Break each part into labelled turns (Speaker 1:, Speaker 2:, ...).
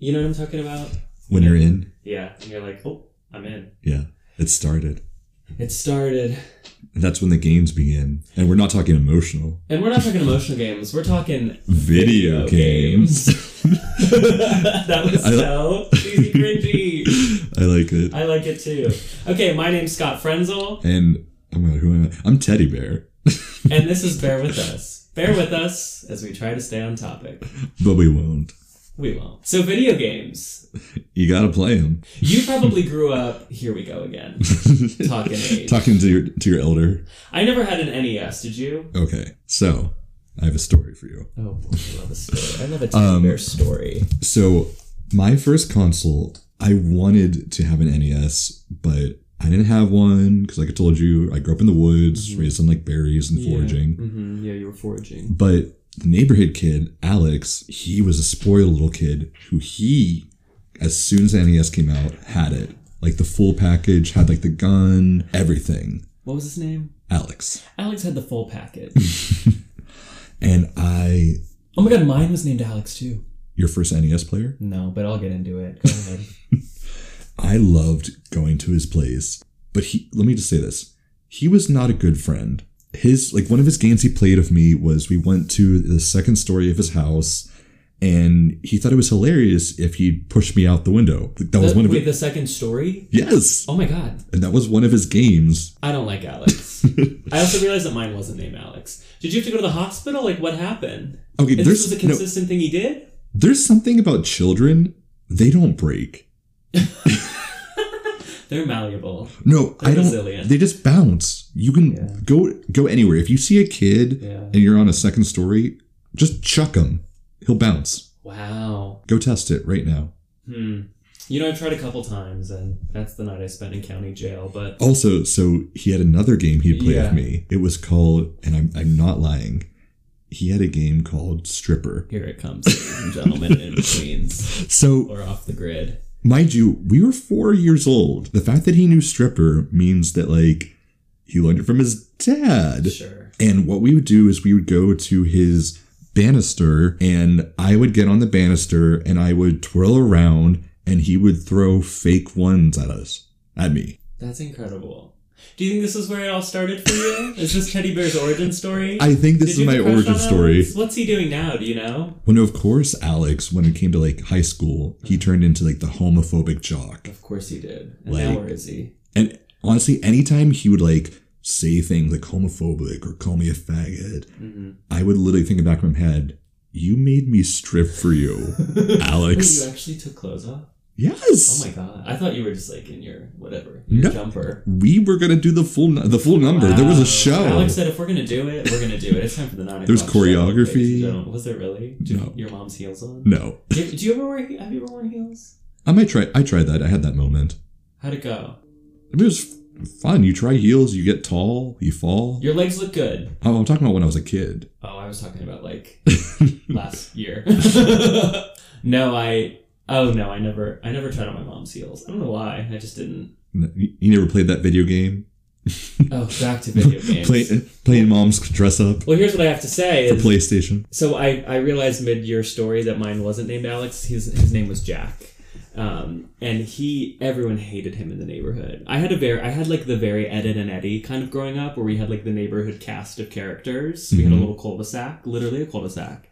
Speaker 1: been talking about?
Speaker 2: When you're in,
Speaker 1: Yeah, and you're like, oh, I'm in.
Speaker 2: it started.
Speaker 1: It started,
Speaker 2: That's when the games begin. And we're not talking emotional.
Speaker 1: and we're not talking emotional games. We're talking
Speaker 2: Video games.
Speaker 1: that was
Speaker 2: I li-
Speaker 1: so cheesy cringy.
Speaker 2: I like it.
Speaker 1: I like it too. Okay, my name's Scott Frenzel,
Speaker 2: And oh my god, who am I? I'm Teddy Bear.
Speaker 1: and this is Bear With Us. Bear with us as we try to stay on topic.
Speaker 2: But we won't.
Speaker 1: We won't. So, video games.
Speaker 2: You gotta play them.
Speaker 1: You probably grew up. Here we go again. Talking age.
Speaker 2: Talking to your to your elder.
Speaker 1: I never had an NES, did you?
Speaker 2: Okay, so I have a story for you.
Speaker 1: Oh, boy, I love a story. I love a teddy
Speaker 2: Um,
Speaker 1: bear story.
Speaker 2: So my first console, I wanted to have an NES, but I didn't have one because, like I told you, I grew up in the woods,
Speaker 1: Mhm.
Speaker 2: raised on like berries and foraging.
Speaker 1: Yeah. hmm yeah, you were foraging.
Speaker 2: But the neighborhood kid, Alex, he was a spoiled little kid who he, as soon as the NES came out, had it. Like the full package, had like the gun, everything.
Speaker 1: What was his name?
Speaker 2: Alex.
Speaker 1: Alex had the full packet.
Speaker 2: And I,
Speaker 1: oh my god, mine was named Alex too.
Speaker 2: your first NES player,
Speaker 1: No, but I'll get into it. Go ahead.
Speaker 2: I loved going to his place. But he, let me just say this. He was not a good friend. His, like, one of his games he played with me was we went to the second story of his house and he thought it was hilarious if he pushed me out the window. Like, That was
Speaker 1: The-
Speaker 2: one of
Speaker 1: wait,
Speaker 2: it.
Speaker 1: the second story?
Speaker 2: Yes.
Speaker 1: Oh my god.
Speaker 2: And that was one of his games.
Speaker 1: I don't like Alex. I also realized that mine wasn't named Alex. Did you have to go to the hospital? Like, what happened?
Speaker 2: Okay,
Speaker 1: Is this
Speaker 2: there's
Speaker 1: was a
Speaker 2: no,
Speaker 1: consistent thing he did?
Speaker 2: there's something about children they don't break.
Speaker 1: They're malleable.
Speaker 2: No,
Speaker 1: They're
Speaker 2: I don't.
Speaker 1: resilient.
Speaker 2: They just bounce. You can
Speaker 1: Yeah.
Speaker 2: go go anywhere. If you see a kid
Speaker 1: Yeah.
Speaker 2: and you're on a second story, just chuck him. He'll bounce.
Speaker 1: Wow.
Speaker 2: Go test it right now.
Speaker 1: Hmm. You know, I've tried a couple times, and that's the night I spent in county jail, but.
Speaker 2: Also, so he had another game he'd play
Speaker 1: Yeah.
Speaker 2: with me. It was called, and I'm I'm not lying. He had a game called Stripper.
Speaker 1: Here it comes, ladies and gentlemen, in Queens.
Speaker 2: So
Speaker 1: We're off the grid.
Speaker 2: Mind you, we were four years old. The fact that he knew stripper means that, like, he learned it from his dad.
Speaker 1: Sure.
Speaker 2: And what we would do is we would go to his banister, and I would get on the banister and I would twirl around, and he would throw fake ones at us, at me.
Speaker 1: That's incredible. Do you think this is where it all started for you? is this Teddy Bear's origin story?
Speaker 2: I think
Speaker 1: Did
Speaker 2: this
Speaker 1: you
Speaker 2: is my
Speaker 1: have a crush
Speaker 2: origin
Speaker 1: on
Speaker 2: story.
Speaker 1: Alex? What's he doing now? Do you know?
Speaker 2: Well, no, of course, Alex, when it came to like high school, he turned into like the homophobic jock.
Speaker 1: Of course he did. And
Speaker 2: Like-
Speaker 1: now where is he?
Speaker 2: And honestly, anytime he would like say things like homophobic or call me a faggot,
Speaker 1: hmm
Speaker 2: I would literally think in the back of my head, you made me strip for you,
Speaker 1: you
Speaker 2: Alex.
Speaker 1: actually took clothes off? Oh
Speaker 2: yes.
Speaker 1: my god. I thought you were just like in your whatever, your
Speaker 2: No.
Speaker 1: jumper.
Speaker 2: we were gonna do the full nu- the full number. There was
Speaker 1: Wow.
Speaker 2: a show.
Speaker 1: Alex said, if we're going to do it, we're going to do it. It's time for the nine
Speaker 2: There was
Speaker 1: o'clock show,
Speaker 2: choreography.
Speaker 1: ladies and gentlemen. Was there really? Did
Speaker 2: No.
Speaker 1: Your mom's heels on?
Speaker 2: no,
Speaker 1: Do, do you ever wear, have you ever worn heels?
Speaker 2: I might try. I tried that. I had that moment.
Speaker 1: How'd it go?
Speaker 2: I mean, it was f- fun. You try heels, you get tall, you fall.
Speaker 1: Your legs look good.
Speaker 2: Oh, I'm talking about when I was a kid.
Speaker 1: Oh, I was talking about like last year. no, I. Oh no, I never. I never tried on my mom's heels. I don't know why. I just didn't.
Speaker 2: N- You you never played that video game.
Speaker 1: Oh, back to video games.
Speaker 2: Play, playing mom's dress up
Speaker 1: Well, here's what I have to say
Speaker 2: for
Speaker 1: is.
Speaker 2: PlayStation.
Speaker 1: so I, I realized mid year story that mine wasn't named Alex. His his name was Jack. Um, and he everyone hated him in the neighborhood. I had a very I had like the very Ed Ed, and Eddie kind of growing up where we had like the neighborhood cast of characters. We had a
Speaker 2: Mhm.
Speaker 1: little cul-de-sac, literally a cul-de-sac.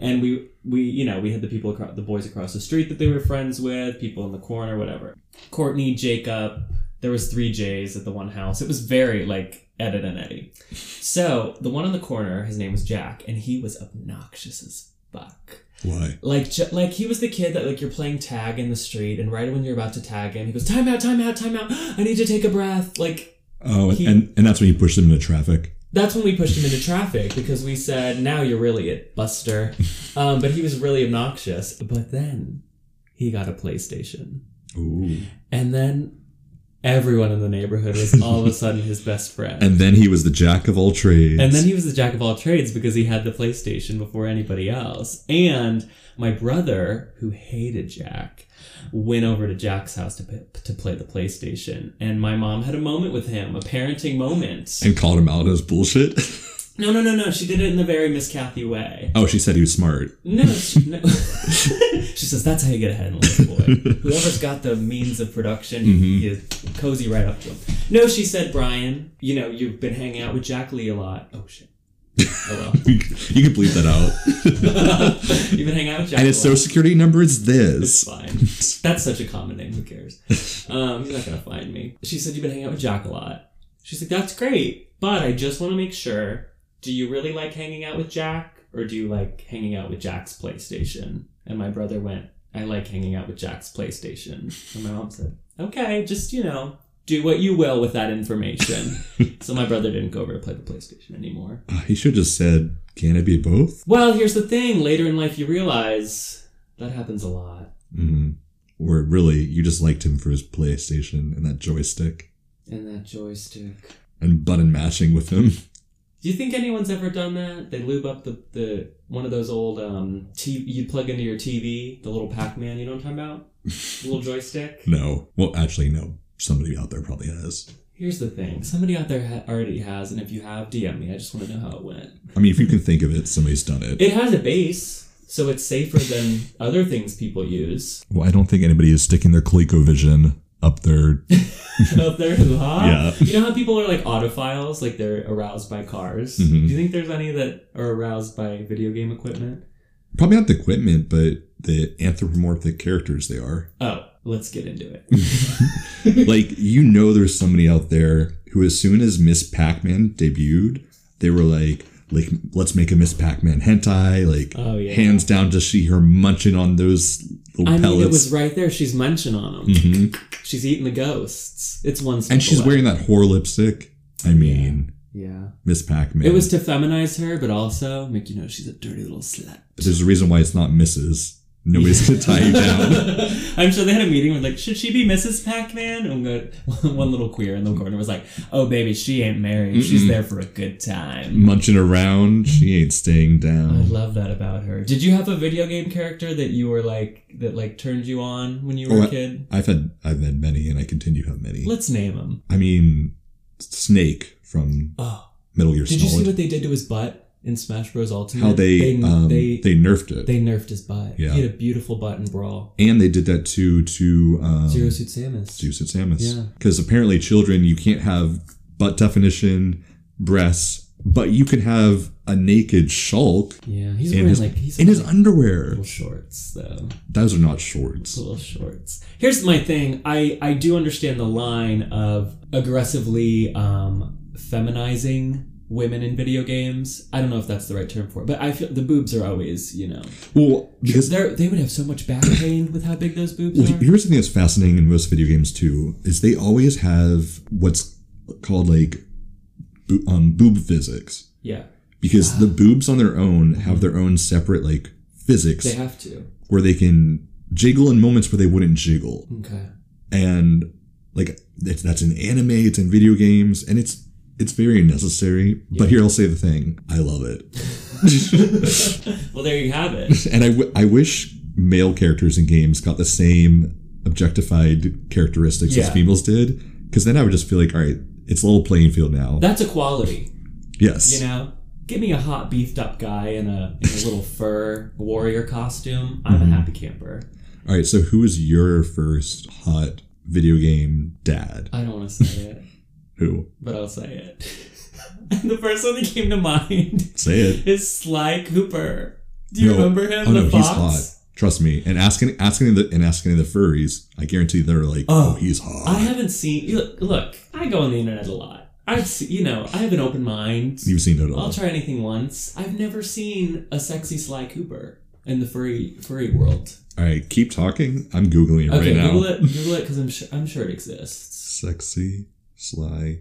Speaker 1: And we we you know, we had the people across, the boys across the street that they were friends with, people in the corner, whatever. Courtney, Jacob, there was three J's at the one house. It was very like Ed Ed, and Eddie. So the one on the corner, his name was Jack, and he was obnoxious as fuck.
Speaker 2: Why?
Speaker 1: Like, ju- like he was the kid that like you're playing tag in the street, and right when you're about to tag him, he goes, "Time out, time out, time out! I need to take a breath." Like
Speaker 2: Oh,
Speaker 1: He-
Speaker 2: and and that's when you push them into traffic.
Speaker 1: that's when we pushed him into traffic because we said, "Now you're really it, Buster." Um, but he was really obnoxious. But then he got a PlayStation,
Speaker 2: Ooh.
Speaker 1: and then everyone in the neighborhood was all of a sudden his best friend.
Speaker 2: And then he was the jack of all trades.
Speaker 1: And then he was the jack of all trades because he had the PlayStation before anybody else. And my brother, who hated Jack, went over to Jack's house to, p- to play the PlayStation. And my mom had a moment with him, a parenting moment.
Speaker 2: and called him out as bullshit.
Speaker 1: No, no, no, no. She did it in the very Miss Kathy way.
Speaker 2: Oh, she said he was smart.
Speaker 1: No, she, no. she says that's how you get ahead in life, boy. Whoever's got the means of production, you cozy right up to him. No, she said, Brian. You know, you've been hanging out with Jack Lee a lot. Oh shit. Oh well.
Speaker 2: you can bleep that out.
Speaker 1: you've been hanging out with Jack.
Speaker 2: and
Speaker 1: a
Speaker 2: his
Speaker 1: lot.
Speaker 2: social security number is
Speaker 1: It's
Speaker 2: this.
Speaker 1: fine. That's such a common name. Who cares? Um, he's not gonna find me. She said you've been hanging out with Jack a lot. She's like, that's great, but I just want to make sure. Do you really like hanging out with Jack, or do you like hanging out with Jack's PlayStation? And my brother went, I like hanging out with Jack's PlayStation. And my mom said, okay, just you know, do what you will with that information. so my brother didn't go over to play the PlayStation anymore.
Speaker 2: Uh, he should have just said, "Can it be both?"
Speaker 1: Well, here's the thing. Later in life, you realize that happens a lot.
Speaker 2: Mm. Or really, you just liked him for his PlayStation and that joystick
Speaker 1: And that joystick.
Speaker 2: and button matching with him.
Speaker 1: Do you think anyone's ever done that? They lube up the, the one of those old um t- you plug into your TV, the little Pac-Man. You know what I'm talking about? The little joystick.
Speaker 2: No, well, actually, no. Somebody out there probably has.
Speaker 1: Here's the thing. Somebody out there ha- already has, and if you have, DM me. I just want to know how it went.
Speaker 2: I mean, if you can think of it, somebody's done it.
Speaker 1: It has a base, so it's safer than other things people use.
Speaker 2: Well, I don't think anybody is sticking their ColecoVision up their
Speaker 1: Up there, huh?
Speaker 2: Yeah.
Speaker 1: You know how people are like autophiles, like they're aroused by cars?
Speaker 2: Mhm.
Speaker 1: Do you think there's any that are aroused by video game equipment?
Speaker 2: probably not the equipment, but the anthropomorphic characters they are.
Speaker 1: Oh, let's get into it.
Speaker 2: like you know, there's somebody out there who, as soon as Miss Pac-Man debuted, they were like, like let's make a Miss Pac-Man hentai. Like
Speaker 1: Oh, yeah.
Speaker 2: hands down, just see her munching on those little
Speaker 1: I
Speaker 2: pellets.
Speaker 1: mean, it was right there. She's munching on them.
Speaker 2: Mhm.
Speaker 1: She's eating the ghosts. It's one. step
Speaker 2: And she's
Speaker 1: away.
Speaker 2: wearing that whore lipstick. I mean,
Speaker 1: Yeah.
Speaker 2: Miss Pac-Man.
Speaker 1: It was to feminize her, but also make you know she's a dirty little slut.
Speaker 2: But there's a reason why it's not Mrs. Nobody's gonna tie you down.
Speaker 1: I'm sure they had a meeting with like, should she be Mrs. Pac-Man? And good, one little queer in the corner was like, oh baby, she ain't married. She's
Speaker 2: Mm-mm.
Speaker 1: there for a good time.
Speaker 2: Munching around, she ain't staying
Speaker 1: I
Speaker 2: down.
Speaker 1: love that about her. Did you have a video game character that you were like that like turned you on when you were
Speaker 2: Oh,
Speaker 1: a
Speaker 2: I-
Speaker 1: kid?
Speaker 2: I've had I've had many, and I continue to have many.
Speaker 1: Let's name him.
Speaker 2: I mean, Snake from
Speaker 1: Oh,
Speaker 2: Metal Gear
Speaker 1: did you see
Speaker 2: Solid.
Speaker 1: what they did to his butt in Smash Bros. Ultimate?
Speaker 2: how they
Speaker 1: they
Speaker 2: um,
Speaker 1: they,
Speaker 2: they, nerfed it,
Speaker 1: they nerfed his butt.
Speaker 2: Yeah.
Speaker 1: He had a beautiful butt in Brawl.
Speaker 2: and they did that to to um,
Speaker 1: Zero Suit Samus.
Speaker 2: Zeus and Samus.
Speaker 1: Yeah.
Speaker 2: Because apparently, children, you can't have butt definition, breasts, but you can have a naked Shulk
Speaker 1: Yeah, he's
Speaker 2: in
Speaker 1: wearing
Speaker 2: his
Speaker 1: like he's
Speaker 2: in his
Speaker 1: wearing
Speaker 2: underwear.
Speaker 1: little shorts though.
Speaker 2: Those are not shorts.
Speaker 1: little shorts. Here's my thing. I I do understand the line of aggressively um, feminizing women in video games. I don't know if that's the right term for it, but I feel the boobs are always you know
Speaker 2: Well, because
Speaker 1: they are they would have so much back pain with how big those boobs
Speaker 2: Well,
Speaker 1: are.
Speaker 2: here's something that's fascinating in most video games too is they always have what's called like bo- um, boob physics
Speaker 1: Yeah,
Speaker 2: because the boobs on their own have their own separate like physics
Speaker 1: they have to.
Speaker 2: where they can jiggle in moments where they wouldn't jiggle
Speaker 1: Okay.
Speaker 2: and like that's, that's in anime it's in video games and it's it's very necessary but here i'll say the thing i love it
Speaker 1: Well, there you have it.
Speaker 2: and I, w- I wish male characters in games got the same objectified characteristics as
Speaker 1: Yeah.
Speaker 2: females did because then i would just feel like all right it's a level playing field now
Speaker 1: That's equality.
Speaker 2: yes
Speaker 1: You know, give me a hot beefed up guy in a in a little fur warrior costume. I'm
Speaker 2: Mm-hmm.
Speaker 1: a happy camper.
Speaker 2: all right so who is your first hot video game dad
Speaker 1: I don't want to say it,
Speaker 2: who
Speaker 1: but I'll say it. the first one that came to mind
Speaker 2: say it
Speaker 1: is Sly Cooper. Do you
Speaker 2: No.
Speaker 1: remember him?
Speaker 2: oh
Speaker 1: the
Speaker 2: no
Speaker 1: fox?
Speaker 2: he's hot trust me and asking asking the and asking the furries i guarantee they're like
Speaker 1: Oh.
Speaker 2: oh, he's hot
Speaker 1: I haven't seen. you Look, look, I go on the internet a lot. I've se- you know I have an open mind.
Speaker 2: you've seen it all
Speaker 1: I'll try anything once. I've never seen a sexy Sly Cooper in the furry furry world.
Speaker 2: all right keep talking i'm googling it
Speaker 1: Okay,
Speaker 2: right now
Speaker 1: Google it. Google it because I'm sure I'm sure it exists.
Speaker 2: sexy sly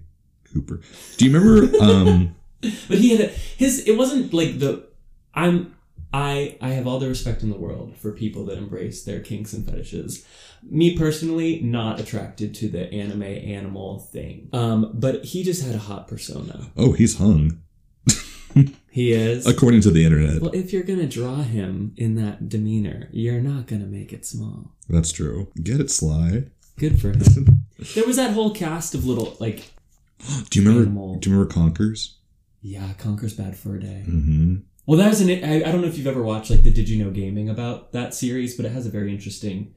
Speaker 2: cooper do you remember um
Speaker 1: But he had a, his. It wasn't like the. I'm. I I have all the respect in the world for people that embrace their kinks and fetishes. Me personally, not attracted to the anime animal thing. Um, but he just had a hot persona.
Speaker 2: Oh, he's hung,
Speaker 1: He is.
Speaker 2: according to the internet.
Speaker 1: Well, if you're gonna draw him in that demeanor, you're not gonna make it small.
Speaker 2: That's true. Get it, Sly.
Speaker 1: Good for him. there was that whole cast of little like
Speaker 2: Do you remember?
Speaker 1: Animal.
Speaker 2: Do you remember Conkers?
Speaker 1: Yeah, Conker's Bad Fur Day.
Speaker 2: Mm-hmm.
Speaker 1: Well, that is an. I, I don't know if you've ever watched like the Did You Know Gaming about that series, but it has a very interesting.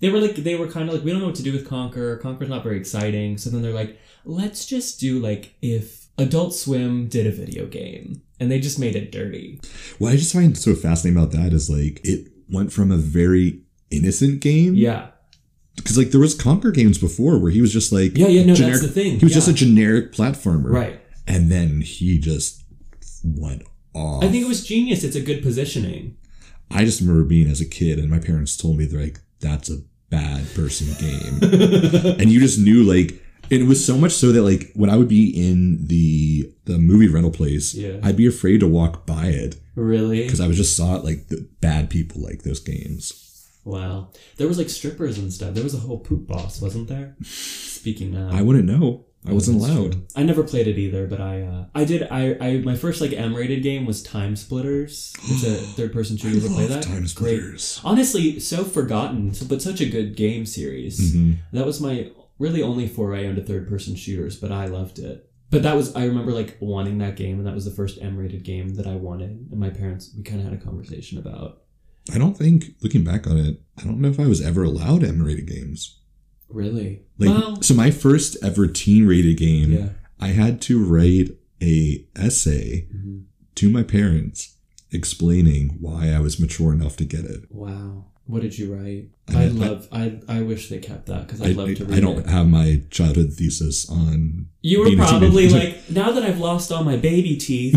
Speaker 1: They were like they were kind of like we don't know what to do with Conquer. Conquer's not very exciting. So then they're like, let's just do like if Adult Swim did a video game, and they just made it dirty.
Speaker 2: What I just find so fascinating about that is like it went from a very innocent game.
Speaker 1: Yeah,
Speaker 2: Because like there was Conquer games before where he was just like
Speaker 1: yeah, yeah. No,
Speaker 2: generic-
Speaker 1: that's the thing.
Speaker 2: he was
Speaker 1: Yeah.
Speaker 2: just a generic platformer.
Speaker 1: right.
Speaker 2: And then he just went off.
Speaker 1: I think it was genius. It's a good positioning.
Speaker 2: I just remember being as a kid and my parents told me they're like, that's a bad person game. and you just knew like and it was so much so that like when I would be in the the movie rental place,
Speaker 1: Yeah.
Speaker 2: I'd be afraid to walk by it
Speaker 1: really?
Speaker 2: because I was just saw it like the bad people like those games.
Speaker 1: Wow. There was like strippers and stuff. There was a whole poop boss, wasn't there? Speaking of.
Speaker 2: I wouldn't know. I
Speaker 1: Yeah,
Speaker 2: wasn't
Speaker 1: Oh, that's
Speaker 2: allowed.
Speaker 1: true. I never played it either, but I uh, I did I, I my first like M rated game was Time Splitters. It's a third person shooter. You ever play that?
Speaker 2: Times
Speaker 1: Great.
Speaker 2: Splitters.
Speaker 1: Honestly, so forgotten, so- but such a good game series.
Speaker 2: Mhm.
Speaker 1: That was my really only foray into third person shooters, but I loved it. But that was I remember like wanting that game, and that was the first M rated game that I wanted. And my parents we kind of had a conversation about
Speaker 2: I don't think looking back on it, I don't know if I was ever allowed M rated games.
Speaker 1: really
Speaker 2: Like
Speaker 1: well
Speaker 2: so my first ever teen rated game,
Speaker 1: yeah
Speaker 2: I had to write a essay
Speaker 1: Mhm.
Speaker 2: to my parents explaining why I was mature enough to get it.
Speaker 1: wow what did you write?
Speaker 2: I-
Speaker 1: I,
Speaker 2: I-
Speaker 1: love I I wish they kept that because
Speaker 2: I,
Speaker 1: I love to read
Speaker 2: I don't
Speaker 1: it.
Speaker 2: have my childhood thesis on
Speaker 1: You were
Speaker 2: being a
Speaker 1: probably
Speaker 2: teenager.
Speaker 1: like, now that I've lost all my baby teeth,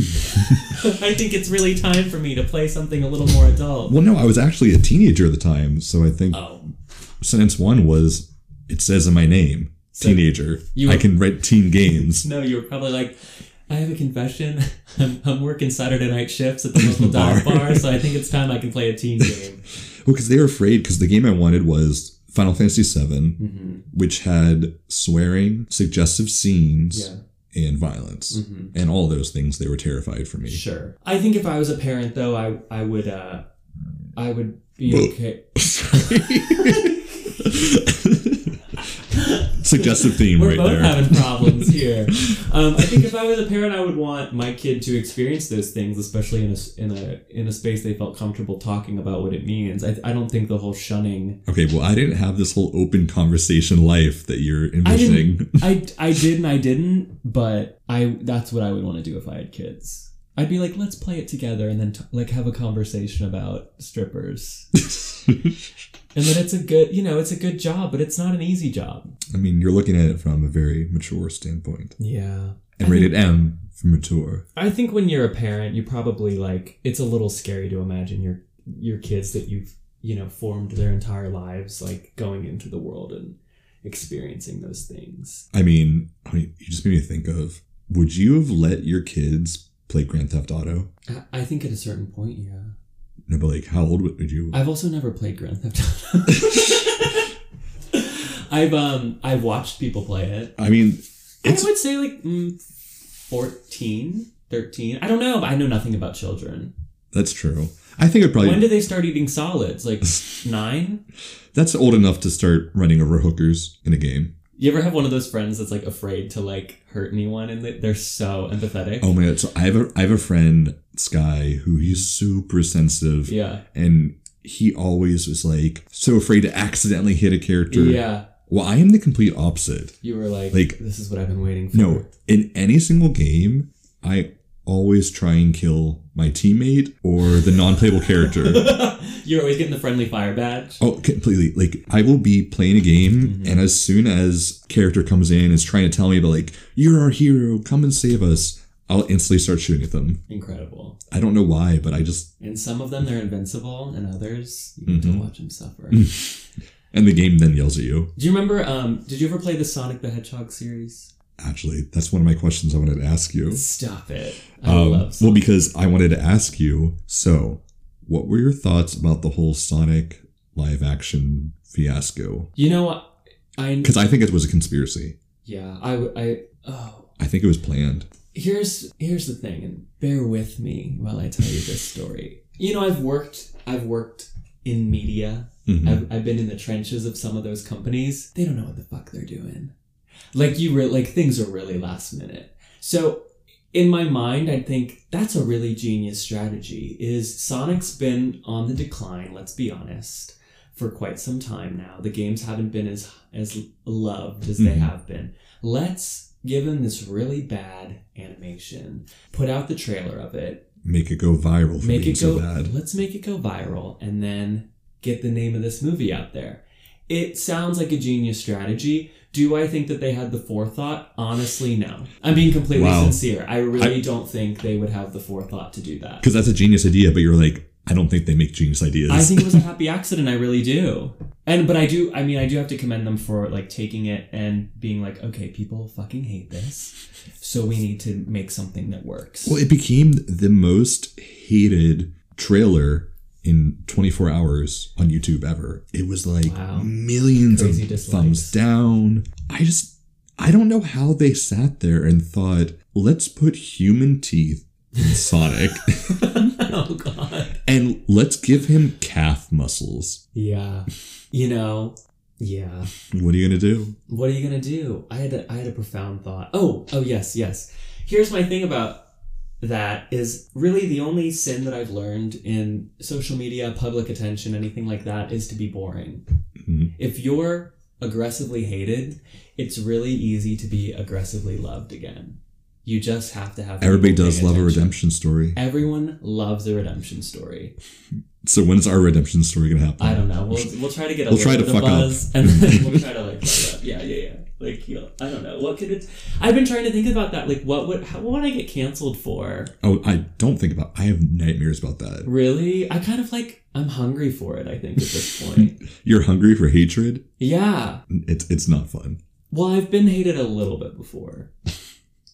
Speaker 1: I think it's really time for me to play something a little more adult.
Speaker 2: Well, no, I was actually a teenager at the time, so I think
Speaker 1: Oh,
Speaker 2: sentence 1 was it says in my name,
Speaker 1: So
Speaker 2: teenager.
Speaker 1: you
Speaker 2: I
Speaker 1: were-
Speaker 2: can write teen games.
Speaker 1: no, you were probably like, I have a confession. I'm, I'm working Saturday night shifts at the local dive
Speaker 2: Bar.
Speaker 1: bar, so I think it's time I can play a teen game.
Speaker 2: Well, because they were afraid, because the game I wanted was Final Fantasy VII,
Speaker 1: Mm-hmm.
Speaker 2: which had swearing, suggestive scenes,
Speaker 1: Yeah.
Speaker 2: and violence.
Speaker 1: Mm-hmm.
Speaker 2: And all those things, they were terrified for me.
Speaker 1: Sure. I think if I was a parent, though, I I would uh, I would be
Speaker 2: Whoa.
Speaker 1: okay.
Speaker 2: Suggestive theme
Speaker 1: We're
Speaker 2: right
Speaker 1: both
Speaker 2: there.
Speaker 1: having problems here. Um, I think if I was a parent, I would want my kid to experience those things, especially in a s- in a in a space they felt comfortable talking about what it means. I, I don't think the whole shunning.
Speaker 2: Okay, well, I didn't have this whole open conversation life that you're
Speaker 1: I
Speaker 2: envisioning.
Speaker 1: didn't. I I did and I didn't. But I that's what I would want to do if I had kids. I'd be like, let's play it together, and then t- like have a conversation about strippers, and that it's a good, you know, it's a good job, but it's not an easy job.
Speaker 2: I mean, you're looking at it from a very mature standpoint.
Speaker 1: Yeah.
Speaker 2: And rated M for mature.
Speaker 1: I think when you're a parent, you probably like it's a little scary to imagine your your kids that you've you know formed their entire lives like going into the world and experiencing those things.
Speaker 2: I mean, I mean, you just made me think of would you have let your kids play Grand Theft Auto?
Speaker 1: I, I think at a certain point, yeah.
Speaker 2: No, but like, how old would would you?
Speaker 1: I've also never played Grand Theft Auto. I've um I've watched people play it.
Speaker 2: I mean, it's
Speaker 1: I would say like mm, 14, 13. I don't know. I know nothing about children.
Speaker 2: that's true. I think I'd probably
Speaker 1: When do they start eating solids? Like 9?
Speaker 2: that's old enough to start running over hookers in a game.
Speaker 1: You ever have one of those friends that's like afraid to like hurt anyone and they- they're so empathetic?
Speaker 2: Oh my god! So I have a I have a friend Sky who he's super sensitive,
Speaker 1: yeah.
Speaker 2: and he always was like so afraid to accidentally hit a character.
Speaker 1: Yeah.
Speaker 2: Well, I am the complete opposite.
Speaker 1: You were like,
Speaker 2: Like-
Speaker 1: this is what I've been waiting for.
Speaker 2: No, in any single game, I always try and kill my teammate or the non-playable character.
Speaker 1: You're always getting the friendly fire badge.
Speaker 2: Oh, completely. Like I will be playing a game,
Speaker 1: Mhm.
Speaker 2: and as soon as character comes in and is trying to tell me about like you're our hero, come and save us, I'll instantly start shooting at them.
Speaker 1: Incredible.
Speaker 2: I don't know why, but I just
Speaker 1: And some of them they're invincible and others you get
Speaker 2: Mhm.
Speaker 1: to watch them suffer. Do
Speaker 2: Mm. and the game then yells at you.
Speaker 1: you remember um did you ever play the Sonic the Hedgehog series?
Speaker 2: Actually, that's one of my questions I wanted to ask you.
Speaker 1: Stop it. I
Speaker 2: Um,
Speaker 1: love Sonic.
Speaker 2: well, because I wanted to ask you. So, what were your thoughts about the whole Sonic live action fiasco?
Speaker 1: You know what? I
Speaker 2: Because I think it was a conspiracy.
Speaker 1: yeah, I w- I oh
Speaker 2: I think it was planned.
Speaker 1: here's here's the thing and bear with me while i tell you this story you know i've worked i've worked in media
Speaker 2: Mhm.
Speaker 1: I've, I've been in the trenches of some of those companies they don't know what the fuck they're doing like you re- like things are really last minute so in my mind, I'd think that's a really genius strategy. Is Sonic's been on the decline? Let's be honest, for quite some time now. The games haven't been as as loved as they
Speaker 2: Mhm.
Speaker 1: have been. Let's give him this really bad animation. Put out the trailer of it.
Speaker 2: Make it go viral for
Speaker 1: Make
Speaker 2: being
Speaker 1: it go.
Speaker 2: so bad.
Speaker 1: Let's make it go viral, and then get the name of this movie out there. It sounds like a genius strategy. Do I think that they had the forethought? Honestly, no. I'm being completely
Speaker 2: Wow.
Speaker 1: sincere. I really don't think they would have the forethought to do that.
Speaker 2: Because that's a genius idea, but you're like, I don't think they make genius ideas.
Speaker 1: I think it was a happy accident. I really do. And but I do. I mean, I do have to commend them for like taking it and being like, okay, people fucking hate this, so we need to make something that works.
Speaker 2: Well, it became the most hated trailer in 24 hours on YouTube ever. It was like
Speaker 1: Wow.
Speaker 2: millions
Speaker 1: Crazy
Speaker 2: of
Speaker 1: dislikes.
Speaker 2: thumbs down. I just, I don't know how they sat there and thought, let's put human teeth in Sonic
Speaker 1: oh god.
Speaker 2: and let's give him calf muscles.
Speaker 1: Yeah. You know. Yeah.
Speaker 2: What are you going to do?
Speaker 1: what are you gonna do? I had a, I had a profound thought. Oh, oh yes, yes. Here's my thing about that is really the only sin that I've learned in social media, public attention, anything like that is to be boring.
Speaker 2: Mhm.
Speaker 1: If you're aggressively hated, it's really easy to be aggressively loved again. You just have to have
Speaker 2: Everybody
Speaker 1: people
Speaker 2: does
Speaker 1: paying
Speaker 2: love a
Speaker 1: attention.
Speaker 2: redemption story.
Speaker 1: Everyone loves a redemption story.
Speaker 2: So when's our redemption story going to happen?
Speaker 1: I don't know. We'll, we'll try to get a little
Speaker 2: We'll try
Speaker 1: bit
Speaker 2: to
Speaker 1: of
Speaker 2: fuck up.
Speaker 1: buzz, and then we'll try to like fuck up. Yeah, yeah, yeah. Like you know, I don't know. What could it? I've been trying to think about that. Like, what would? How, what would I get canceled for?
Speaker 2: Oh, I don't think about. I have nightmares about that.
Speaker 1: Really? I kind of like. I'm hungry for it. I think at this point.
Speaker 2: You're hungry for hatred.
Speaker 1: yeah.
Speaker 2: It's it's not fun.
Speaker 1: Well, I've been hated a little bit before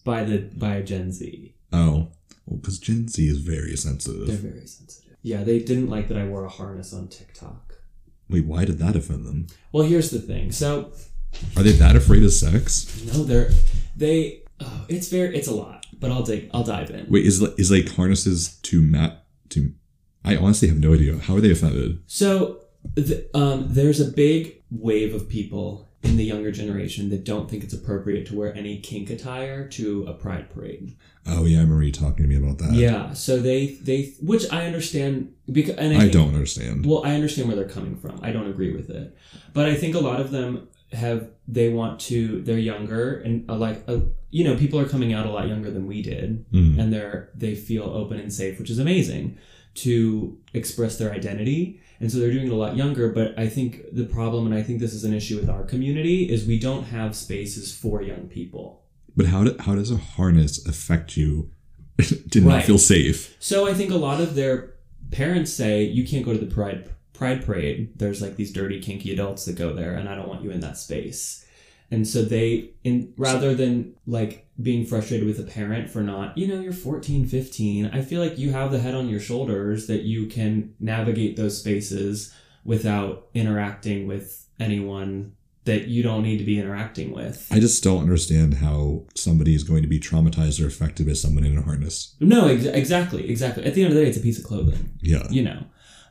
Speaker 1: by the by Gen Z.
Speaker 2: Oh, well, because Gen Z is very
Speaker 1: They're
Speaker 2: sensitive.
Speaker 1: very sensitive. Yeah, they didn't like that I wore a harness on TikTok.
Speaker 2: Wait, why did that offend them?
Speaker 1: Well, here's the thing. So
Speaker 2: Are they that afraid of sex?
Speaker 1: no, they're they. Oh, it's very. It's a lot, but I'll dig. I'll dive in.
Speaker 2: Wait, is li- is like harnesses to map to? I honestly have no idea. How are they offended?
Speaker 1: So th- um, there's a big wave of people in the younger generation that don't think it's appropriate to wear any kink attire to a pride parade.
Speaker 2: Oh yeah, I remember you talking to me about that.
Speaker 1: yeah, so they they which I understand because and I,
Speaker 2: I
Speaker 1: think-
Speaker 2: don't understand.
Speaker 1: Well, I understand where they're coming from. I don't agree with it, but I think a lot of them have they want to. They're younger and uh, like uh, you know people are coming out a lot younger than we did
Speaker 2: Hmm.
Speaker 1: and they're they feel open and safe, which is amazing to express their identity. And so they're doing it a lot younger, but I think the problem and I think this is an issue with our community is we don't have spaces for young people.
Speaker 2: But how do, how does a harness affect you to not
Speaker 1: Right.
Speaker 2: feel safe?
Speaker 1: So I think a lot of their parents say you can't go to the pride pride parade. There's like these dirty kinky adults that go there and I don't want you in that space. And so they in rather than like being frustrated with a parent for not, you know, you're 14, 15, I feel like you have the head on your shoulders that you can navigate those spaces without interacting with anyone that you don't need to be interacting with.
Speaker 2: I just don't understand how somebody is going to be traumatized or affected by someone in a harness.
Speaker 1: no, ex- exactly, exactly. At the end of the day, it's a piece of clothing.
Speaker 2: Yeah.
Speaker 1: you know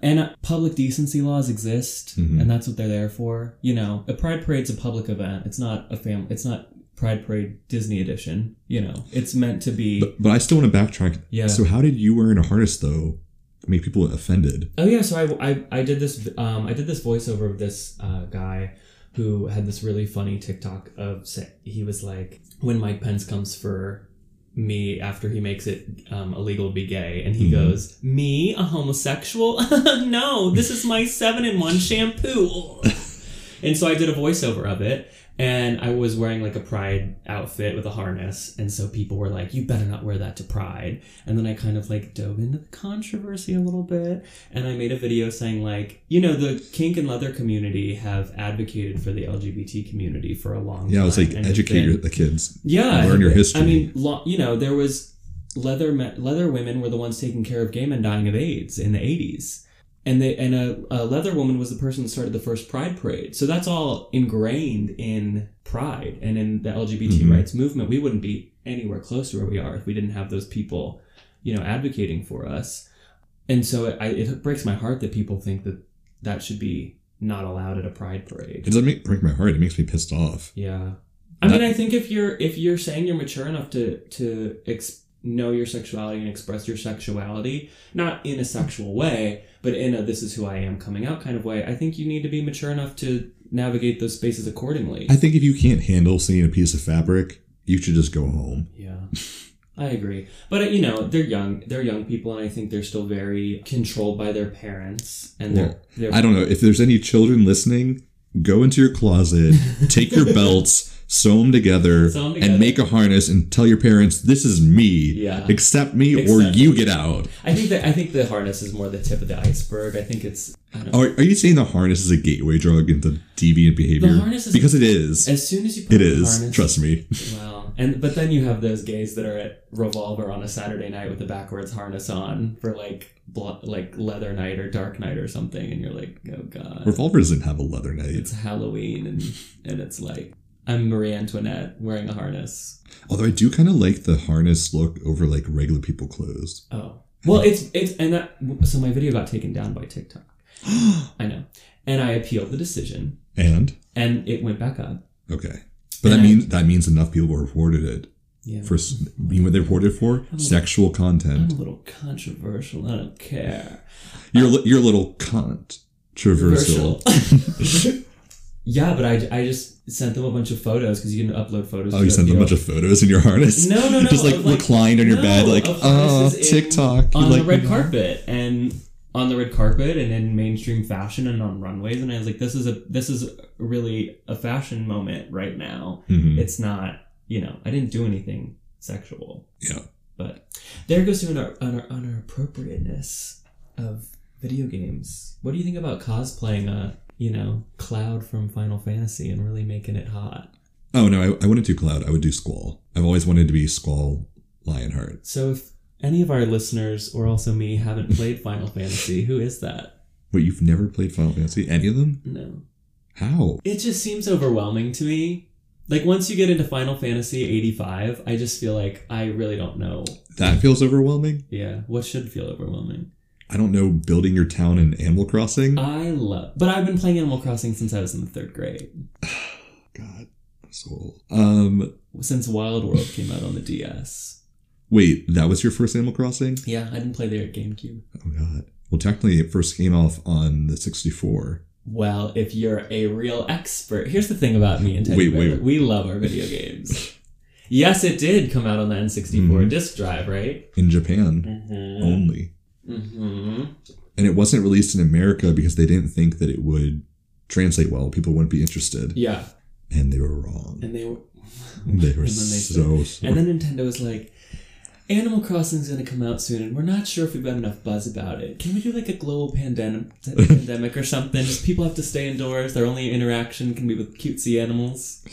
Speaker 1: and uh, public decency laws exist
Speaker 2: Mhm.
Speaker 1: and that's what they're there for you know a pride parade's a public event it's not a family it's not pride parade disney edition you know it's meant to be
Speaker 2: But, but I still want to backtrack.
Speaker 1: yeah
Speaker 2: So how did you wearing a harness though make people offended?
Speaker 1: oh yeah so i i, I did this um i did this voiceover of this uh, guy who had this really funny tiktok of sa- he was like when mike pence comes for me after he makes it um, illegal to be gay and he
Speaker 2: Mhm.
Speaker 1: goes me a homosexual no this is my seven in one shampoo and so i did a voiceover of it and i was wearing like a pride outfit with a harness and so people were like you better not wear that to pride and then i kind of like dove into the controversy a little bit and i made a video saying like you know the kink and leather community have advocated for the lgbt community for a long time
Speaker 2: Yeah, it's like
Speaker 1: and have
Speaker 2: educate
Speaker 1: been-
Speaker 2: your, the kids.
Speaker 1: yeah,
Speaker 2: Learn your history.
Speaker 1: I mean, lo- you know, there was leather me- leather women were the ones taking care of gay men dying of AIDS in the eighties, and they and a, a leather woman was the person that started the first Pride parade. So that's all ingrained in Pride and in the LGBT
Speaker 2: Mhm.
Speaker 1: rights movement. We wouldn't be anywhere close to where we are if we didn't have those people, you know, advocating for us. And so it, I, it breaks my heart that people think that that should be not allowed at a Pride parade.
Speaker 2: It doesn't make, break my heart. It makes me pissed off.
Speaker 1: Yeah. I
Speaker 2: That-
Speaker 1: mean, I think if you're if you're saying you're mature enough to to ex- know your sexuality and express your sexuality, not in a sexual way, but in a this is who I am coming out kind of way, I think you need to be mature enough to navigate those spaces accordingly.
Speaker 2: I think if you can't handle seeing a piece of fabric, you should just go home.
Speaker 1: Yeah. I agree. But uh, you know, they're young. They're young people and I think they're still very controlled by their parents and
Speaker 2: Well,
Speaker 1: their, their
Speaker 2: I don't know. If there's any children listening, go into your closet, take your belts, sew them together,
Speaker 1: Sew 'em together.
Speaker 2: and make a harness and tell your parents, this is me.
Speaker 1: Yeah.
Speaker 2: Accept me or
Speaker 1: Accept
Speaker 2: you
Speaker 1: me."
Speaker 2: get out.
Speaker 1: I think that I think the harness is more the tip of the iceberg. I think it's I don't know.
Speaker 2: Are, are you saying the harness is a gateway drug into deviant behavior?
Speaker 1: harness is-
Speaker 2: because it is.
Speaker 1: as soon as you put
Speaker 2: It
Speaker 1: on
Speaker 2: is.
Speaker 1: the harness,
Speaker 2: Trust me.
Speaker 1: Wow. And but then you have those gays that are at Revolver on a Saturday night with a backwards harness on for like blo- like leather night or dark night or something, and you're like, oh god,
Speaker 2: Revolver doesn't have a leather knife.
Speaker 1: it's Halloween, and and it's like I'm Marie Antoinette wearing a harness.
Speaker 2: Although I do kind of like the harness look over like regular people clothes.
Speaker 1: Oh. Well, it's it's and that so my video got taken down by TikTok. I know, and I appealed the decision,
Speaker 2: and
Speaker 1: and it went back up.
Speaker 2: okay, but that
Speaker 1: And I-
Speaker 2: means that means enough people reported it
Speaker 1: Yeah.
Speaker 2: for s- you know what they reported for
Speaker 1: Mm.
Speaker 2: sexual
Speaker 1: I'm a
Speaker 2: content.
Speaker 1: little controversial. I don't care.
Speaker 2: You're li- you're a little controversial.
Speaker 1: Controversial. yeah, but I, I just sent them a bunch of photos because you can upload photos.
Speaker 2: Oh, you sent them a bunch of photos in your harness.
Speaker 1: No, no, no,
Speaker 2: Just like
Speaker 1: of, like-
Speaker 2: reclined on your
Speaker 1: no,
Speaker 2: bed, like
Speaker 1: of
Speaker 2: oh
Speaker 1: harnesses in-
Speaker 2: TikTok You
Speaker 1: on
Speaker 2: like
Speaker 1: the red
Speaker 2: me?"
Speaker 1: carpet and on the red carpet and in mainstream fashion and on runways. And I was like, this is a this is really a fashion moment right now.
Speaker 2: Mhm.
Speaker 1: It's not, you know, I didn't do anything sexual.
Speaker 2: Yeah.
Speaker 1: But there goes to an, our, an, our- an appropriateness of video games. What do you think about cosplaying a, you know, Cloud from Final Fantasy and really making it hot?
Speaker 2: Oh no, I, I wouldn't do Cloud. I would do Squall. I've always wanted to be Squall Lionheart.
Speaker 1: So if any of our listeners or also me haven't played Final Fantasy, who is that?
Speaker 2: Wait, you've never played Final Fantasy? Any of them?
Speaker 1: No.
Speaker 2: How?
Speaker 1: It just seems overwhelming to me. Like once you get into Final Fantasy 85, I just feel like I really don't know.
Speaker 2: That
Speaker 1: Mm.
Speaker 2: feels overwhelming.
Speaker 1: Yeah, what should feel overwhelming?
Speaker 2: I don't know. Building your town in Animal Crossing.
Speaker 1: I love, but I've been playing Animal Crossing since I was in the third grade,
Speaker 2: God, I'm so old. Um,
Speaker 1: since Wild World came out on the DS.
Speaker 2: wait, that was your first Animal Crossing?
Speaker 1: Yeah, I didn't play there at GameCube.
Speaker 2: Oh God. Well, technically, it first came off on the 64.
Speaker 1: Well, if you're a real expert, here's the thing about me and Teddy
Speaker 2: Wait, wait.
Speaker 1: Bear. We love our video games. yes, it did come out on the N64
Speaker 2: Mhm.
Speaker 1: disk drive, right?
Speaker 2: in Japan
Speaker 1: Mm-hmm.
Speaker 2: only,
Speaker 1: Mm-hmm.
Speaker 2: and it wasn't released in America because they didn't think that it would translate well. People wouldn't be interested,
Speaker 1: Yeah,
Speaker 2: and they were wrong.
Speaker 1: and they were.
Speaker 2: They
Speaker 1: and then
Speaker 2: were so. so
Speaker 1: And then Nintendo was like, Animal Crossing's going to come out soon, and we're not sure if we've got enough buzz about it. Can we do like a global pandem- pandemic or something? Just people have to stay indoors. Their only interaction can be with cutesy animals.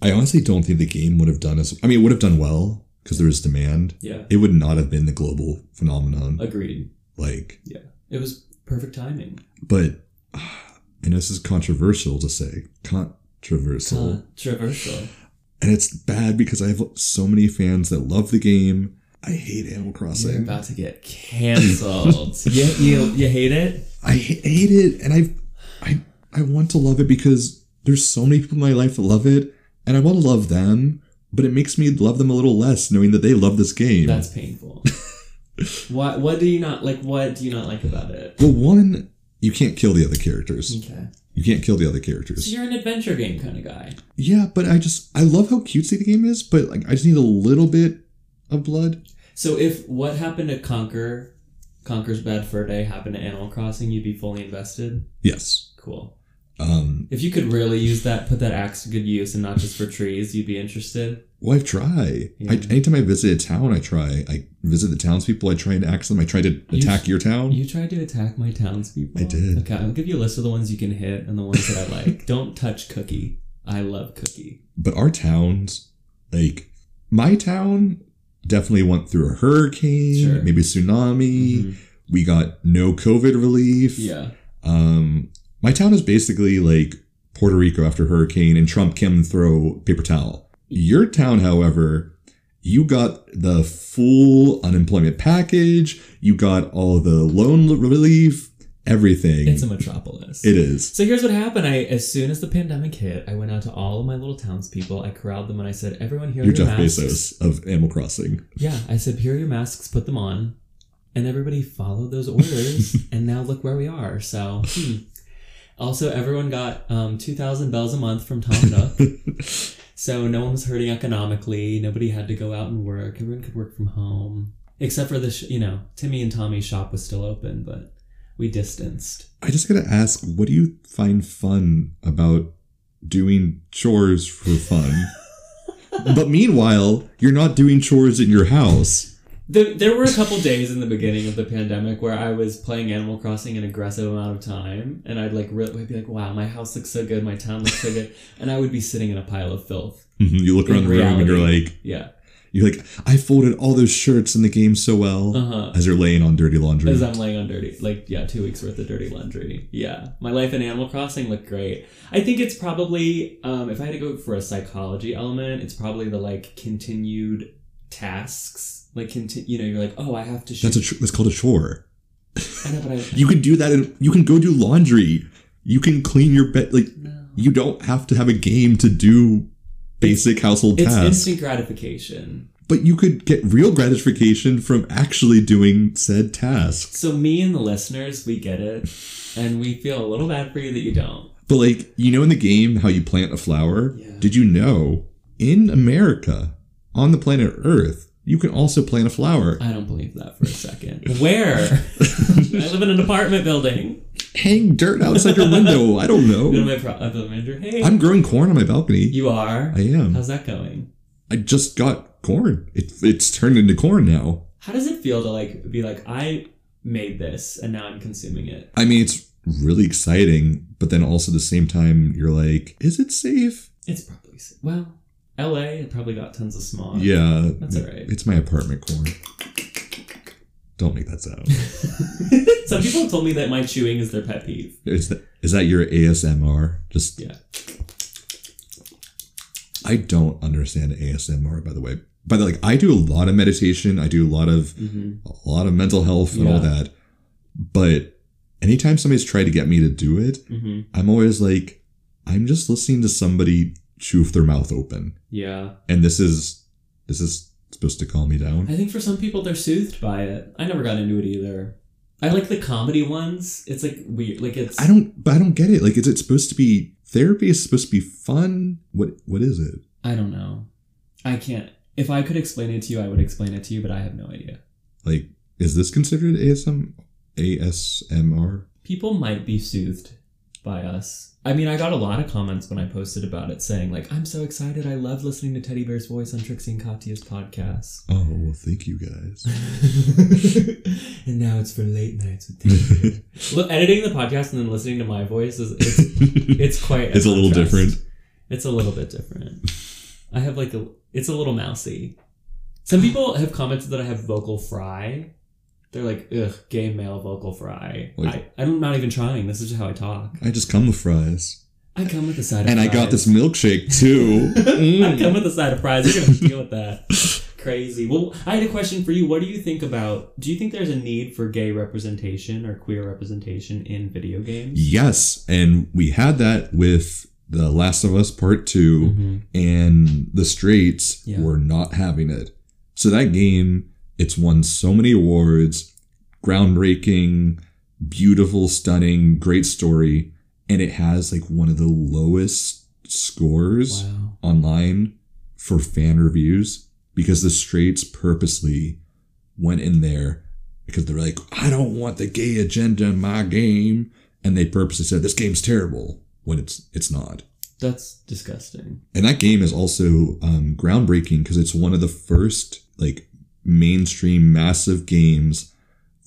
Speaker 2: I honestly don't think the game would have done as. I mean, it would have done well because there was demand.
Speaker 1: Yeah.
Speaker 2: It would not have been the global phenomenon.
Speaker 1: Agreed.
Speaker 2: Like
Speaker 1: It was perfect timing.
Speaker 2: but ah, I know this is controversial to say, controversial,
Speaker 1: Uh, Controversial.
Speaker 2: and it's bad because I have so many fans that love the game. I hate Animal
Speaker 1: You're
Speaker 2: Crossing.
Speaker 1: about to get canceled. you, you, you hate it?
Speaker 2: I ha- hate it, and I, I, I want to love it because there's so many people in my life that love it, and I want to love them. But it makes me love them a little less, knowing that they love this game.
Speaker 1: That's painful. what, what do you not like? What do you not like about it?
Speaker 2: well, one, you can't kill the other characters.
Speaker 1: Okay.
Speaker 2: You can't kill the other
Speaker 1: So
Speaker 2: characters.
Speaker 1: you're an adventure game kind of guy.
Speaker 2: Yeah, but I just I love how cutesy the game is, but like I just need a little bit of blood.
Speaker 1: So if what happened to Conquer, Conquer's Bad Fur Day happened to Animal Crossing, you'd be fully invested.
Speaker 2: Yes.
Speaker 1: Cool.
Speaker 2: Um,
Speaker 1: If you could really use that, put that axe to good use, and not just for trees, you'd be interested.
Speaker 2: well, I try.
Speaker 1: Yeah.
Speaker 2: I, anytime I visit a town, I try. I visit the townspeople. I try and axe them. I try to attack your town.
Speaker 1: You tried to attack my townspeople.
Speaker 2: I did.
Speaker 1: Okay, I'll give you a list of the ones you can hit and the ones that I like. Don't touch Cookie. I love Cookie.
Speaker 2: but our towns, like my town, definitely went through a hurricane,
Speaker 1: Sure.
Speaker 2: maybe a tsunami.
Speaker 1: Mhm.
Speaker 2: We got no COVID relief.
Speaker 1: Yeah.
Speaker 2: Um, my town is basically like Puerto Rico after hurricane, and Trump came and throw paper towel. Your town, however, you got the full unemployment package. You got all the loan relief. everything.
Speaker 1: It's a metropolis.
Speaker 2: it is.
Speaker 1: So here's what happened. I as soon as the pandemic hit, I went out to all of my little townspeople. I corralled them and I said, "Everyone here, are
Speaker 2: You're
Speaker 1: your
Speaker 2: Jeff
Speaker 1: masks."
Speaker 2: Bezos of Animal Crossing.
Speaker 1: Yeah, I said, "Here are your masks. Put them on," and everybody followed those orders. and now look where we are. So, hmm. also everyone got um, two thousand bells a month from Tom Nook. So no one was hurting economically. Nobody had to go out and work. Everyone could work from home, except for the sh- you know Timmy and Tommy's shop was still open, but we distanced.
Speaker 2: I just gotta ask, what do you find fun about doing chores for fun? but meanwhile, you're not doing chores in your house.
Speaker 1: There, there were a couple days in the beginning of the pandemic where I was playing Animal Crossing an aggressive amount of time, and I'd like really I'd be like, "Wow, my house looks so good, my town looks so good," and I would be sitting in a pile of filth.
Speaker 2: Mhm, You look
Speaker 1: In
Speaker 2: around the room and you're like,
Speaker 1: Yeah,
Speaker 2: you're like, I folded all those shirts in the game so well.
Speaker 1: uh huh.
Speaker 2: As you're laying on dirty laundry.
Speaker 1: As I'm laying on dirty, like yeah, two weeks worth of dirty laundry. Yeah, my life in Animal Crossing looked great. I think it's probably um, if I had to go for a psychology element, it's probably the like continued tasks. Like conti- you know, you're like, oh, I have to. Shoot.
Speaker 2: That's a tr- that's called a chore.
Speaker 1: I know, but I
Speaker 2: You can do that, and you can go do laundry. You can clean your bed. Like
Speaker 1: no.
Speaker 2: you don't have to have a game to do basic household
Speaker 1: It's
Speaker 2: tasks.
Speaker 1: instant gratification.
Speaker 2: but you could get real gratification from actually doing said tasks.
Speaker 1: So me and the listeners, we get it, and we feel a little bad for you that you don't.
Speaker 2: But like you know, in the game, how you plant a flower.
Speaker 1: Yeah.
Speaker 2: Did you know in America, on the planet Earth, you can also plant a flower?
Speaker 1: I don't believe that for a second. Where? I live in an apartment building.
Speaker 2: Hang dirt outside your window. I don't
Speaker 1: You know
Speaker 2: know.
Speaker 1: my pro- I'm manager. Hey,
Speaker 2: I'm growing corn on my balcony.
Speaker 1: you are.
Speaker 2: I am.
Speaker 1: How's that going?
Speaker 2: I just got corn. It, it's turned into corn now.
Speaker 1: How does it feel to like be like I made this and now I'm consuming it?
Speaker 2: I mean, it's really exciting, but then also at the same time, you're like, is it safe?
Speaker 1: It's probably s- well, L.A. It probably got tons of smog.
Speaker 2: yeah,
Speaker 1: That's all right.
Speaker 2: It's my apartment corn. Don't make that sound.
Speaker 1: Some people have told me that my chewing is their pet peeve.
Speaker 2: is that is that your ASMR? Just
Speaker 1: Yeah.
Speaker 2: I don't understand ASMR. By the way, by the like, I do a lot of meditation. I do a lot of
Speaker 1: Mm-hmm.
Speaker 2: a lot of mental health and all
Speaker 1: Yeah.
Speaker 2: that, but anytime somebody's tried to get me to do it,
Speaker 1: Mm-hmm.
Speaker 2: I'm always like, I'm just listening to somebody chew with their mouth open,
Speaker 1: Yeah.
Speaker 2: and this is this is supposed to calm me down.
Speaker 1: I think for some people they're soothed by it. I never got into it either. I like the comedy ones. It's like weird. Like it's
Speaker 2: I don't, but I don't get it. Like, is it supposed to be therapy? Is it supposed to be fun? What what is it?
Speaker 1: I don't know. I can't. If I could explain it to you, I would explain it to you, but I have no idea.
Speaker 2: Like, is this considered ASM ASMR?
Speaker 1: people might be soothed by us. I mean, I got a lot of comments when I posted about it saying, like, I'm so excited. I love listening to Teddy Bear's voice on Trixie and Katya's podcast.
Speaker 2: Oh well, thank you guys.
Speaker 1: and now it's for late nights with Teddy Bear. Look, editing the podcast and then listening to my voice is it's, it's quite
Speaker 2: It's a little
Speaker 1: contrast.
Speaker 2: different.
Speaker 1: It's a little bit different. I have like a it's a little mousy. Some people have commented that I have vocal fry. They're like, ugh, gay male vocal fry.
Speaker 2: Like-
Speaker 1: I, I'm not even trying. This is just how I talk.
Speaker 2: I just come with fries,
Speaker 1: I come with a side of
Speaker 2: and I
Speaker 1: fries.
Speaker 2: got this milkshake too.
Speaker 1: I
Speaker 2: Mm.
Speaker 1: come with a side of fries. You're gonna deal with that. Crazy. Well, I had a question for you. What do you think about? Do you think there's a need for gay representation or queer representation in video games?
Speaker 2: Yes, and we had that with The Last of Us Part 2
Speaker 1: Mhm.
Speaker 2: and the straights
Speaker 1: Yeah.
Speaker 2: were not having it. So that game, it's won so many awards, groundbreaking, beautiful, stunning, great story, and it has like one of the lowest scores
Speaker 1: Wow.
Speaker 2: online for fan reviews because the straights purposely went in there because they were like, I don't want the gay agenda in my game. And they purposely said, this game's terrible when it's, it's not.
Speaker 1: That's disgusting.
Speaker 2: And that game is also um, groundbreaking because it's one of the first like mainstream massive games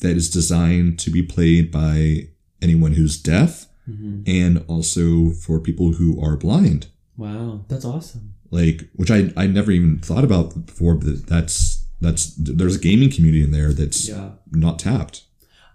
Speaker 2: that is designed to be played by anyone who's deaf
Speaker 1: hmm
Speaker 2: and also for people who are blind.
Speaker 1: Wow. That's awesome.
Speaker 2: Like, which I I never even thought about before, but that's that's there's a gaming community in there that's
Speaker 1: Yeah.
Speaker 2: not tapped.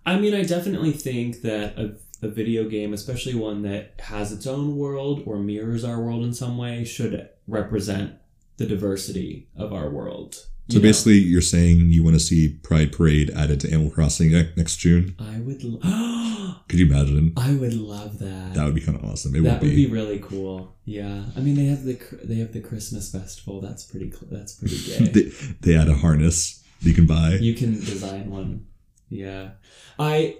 Speaker 1: I mean, I definitely think that a, a video game, especially one that has its own world or mirrors our world in some way, should represent the diversity of our world.
Speaker 2: So
Speaker 1: you know?
Speaker 2: basically, you're saying you want to see Pride Parade added to Animal Crossing ne- next June.
Speaker 1: I would. L-
Speaker 2: Could you imagine?
Speaker 1: I would love that.
Speaker 2: That would be kind of awesome. It
Speaker 1: that
Speaker 2: would
Speaker 1: would
Speaker 2: be.
Speaker 1: be really cool. Yeah, I mean they have the cr- they have the Christmas festival. That's pretty cl- that's pretty gay.
Speaker 2: they, they had a harness that you can buy.
Speaker 1: you can design one. Yeah, I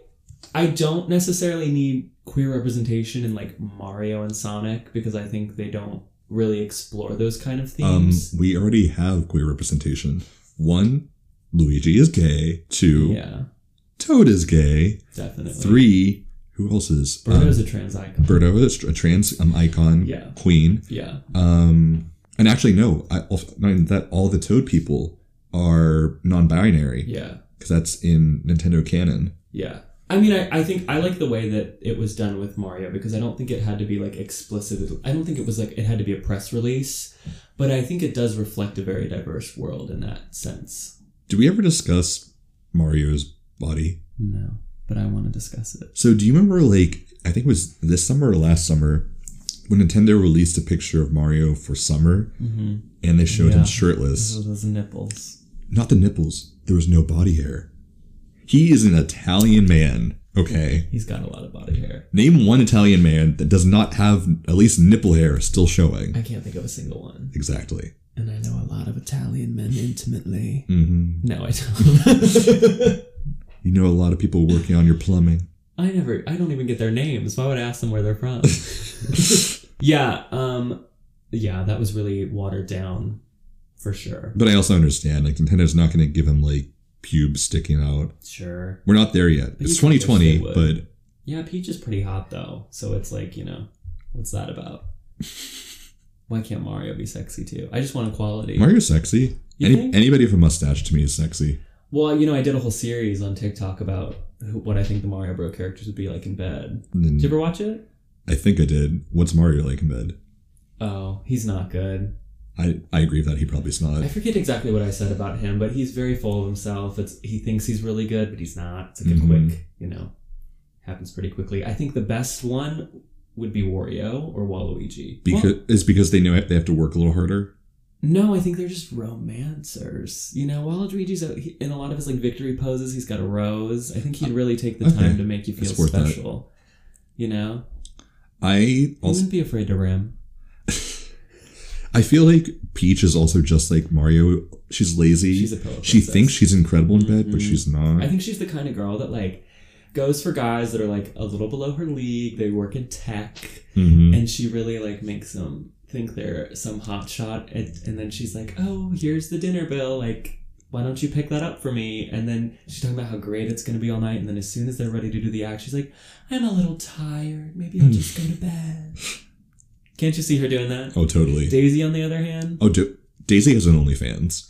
Speaker 1: I don't necessarily need queer representation in like Mario and Sonic because I think they don't really explore those kind of
Speaker 2: Um,
Speaker 1: themes.
Speaker 2: we already have queer representation. One, Luigi is gay. Two,
Speaker 1: yeah,
Speaker 2: Toad is gay.
Speaker 1: definitely.
Speaker 2: Three, who else is? um,
Speaker 1: Birdo's a trans icon.
Speaker 2: Birdo is a trans um, icon
Speaker 1: Yeah.
Speaker 2: queen.
Speaker 1: yeah,
Speaker 2: Um, and actually, no, I, also- not even that all the Toad people are non-binary
Speaker 1: yeah.
Speaker 2: because that's in Nintendo canon.
Speaker 1: Yeah. I mean, I, I think I like the way that it was done with Mario because I don't think it had to be like explicit. I don't think it was like it had to be a press release, but I think it does reflect a very diverse world in that sense.
Speaker 2: Did we ever discuss Mario's body?
Speaker 1: No, but I want to discuss it.
Speaker 2: So do you remember like I think it was this summer or last summer when Nintendo released a picture of Mario for summer
Speaker 1: Mm-hmm.
Speaker 2: and they showed
Speaker 1: Yeah. Mm-hmm.
Speaker 2: him shirtless.
Speaker 1: Those nipples.
Speaker 2: Not the nipples. There was no body hair. He is an Italian man. Okay.
Speaker 1: He's got a lot of body hair.
Speaker 2: Name one Italian man that does not have at least nipple hair still showing.
Speaker 1: I can't think of a single one.
Speaker 2: Exactly.
Speaker 1: And I know a lot of Italian men intimately.
Speaker 2: hmm
Speaker 1: No, I don't.
Speaker 2: You know a lot of people working on your plumbing.
Speaker 1: I never. I don't even get their names. Why would I ask them where they're from? yeah. Um. Yeah, that was really watered down, for sure.
Speaker 2: But I also understand like Nintendo's not going to give him like pubes sticking out.
Speaker 1: Sure.
Speaker 2: We're not there yet.
Speaker 1: But
Speaker 2: It's
Speaker 1: you kinda wish they
Speaker 2: 2020,
Speaker 1: would.
Speaker 2: but
Speaker 1: Yeah, Peach is pretty hot though, so it's like you know, what's that about? Why can't Mario be sexy too? I just want equality.
Speaker 2: Mario's sexy.
Speaker 1: You
Speaker 2: Any,
Speaker 1: think?
Speaker 2: anybody with a mustache to me is sexy.
Speaker 1: well, you know, I did a whole series on TikTok about who, what I think the Mario Bro characters would be like in bed.
Speaker 2: Mm,
Speaker 1: Did you ever watch it?
Speaker 2: I think I did. What's Mario like in bed?
Speaker 1: Oh, he's not good.
Speaker 2: I, I agree with that. He probably's not.
Speaker 1: I forget exactly what I said about him, but he's very full of himself. It's he thinks he's really good, but he's not. It's like
Speaker 2: Mhm.
Speaker 1: a quick, you know, happens pretty quickly. I think the best one would be Wario or Waluigi.
Speaker 2: Because
Speaker 1: Well,
Speaker 2: it's because they know they have to work a little harder.
Speaker 1: no, I think they're just romancers. You know, Waluigi's a, he, in a lot of his like victory poses. He's got a rose. I think he'd really take the
Speaker 2: Uh, Okay.
Speaker 1: time to make you feel
Speaker 2: It's worth that.
Speaker 1: special. You know,
Speaker 2: I
Speaker 1: I
Speaker 2: also
Speaker 1: wouldn't be afraid to ram.
Speaker 2: I feel like Peach is also just like Mario. She's lazy.
Speaker 1: She's a pillow.
Speaker 2: she
Speaker 1: princess.
Speaker 2: thinks she's incredible in bed, but
Speaker 1: Mhm.
Speaker 2: she's not.
Speaker 1: I think she's the kind of girl that like goes for guys that are like a little below her league. They work in tech,
Speaker 2: Mhm.
Speaker 1: and she really like makes them think they're some hot shot. And, and then she's like, "Oh, here's the dinner bill. Like, why don't you pick that up for me?" And then she's talking about how great it's gonna be all night. And then as soon as they're ready to do the act, she's like, "I'm a little tired. Maybe I'll just go to bed." Can't you see her doing that?
Speaker 2: oh, totally.
Speaker 1: Daisy, on the other hand,
Speaker 2: oh, da- Daisy has an OnlyFans.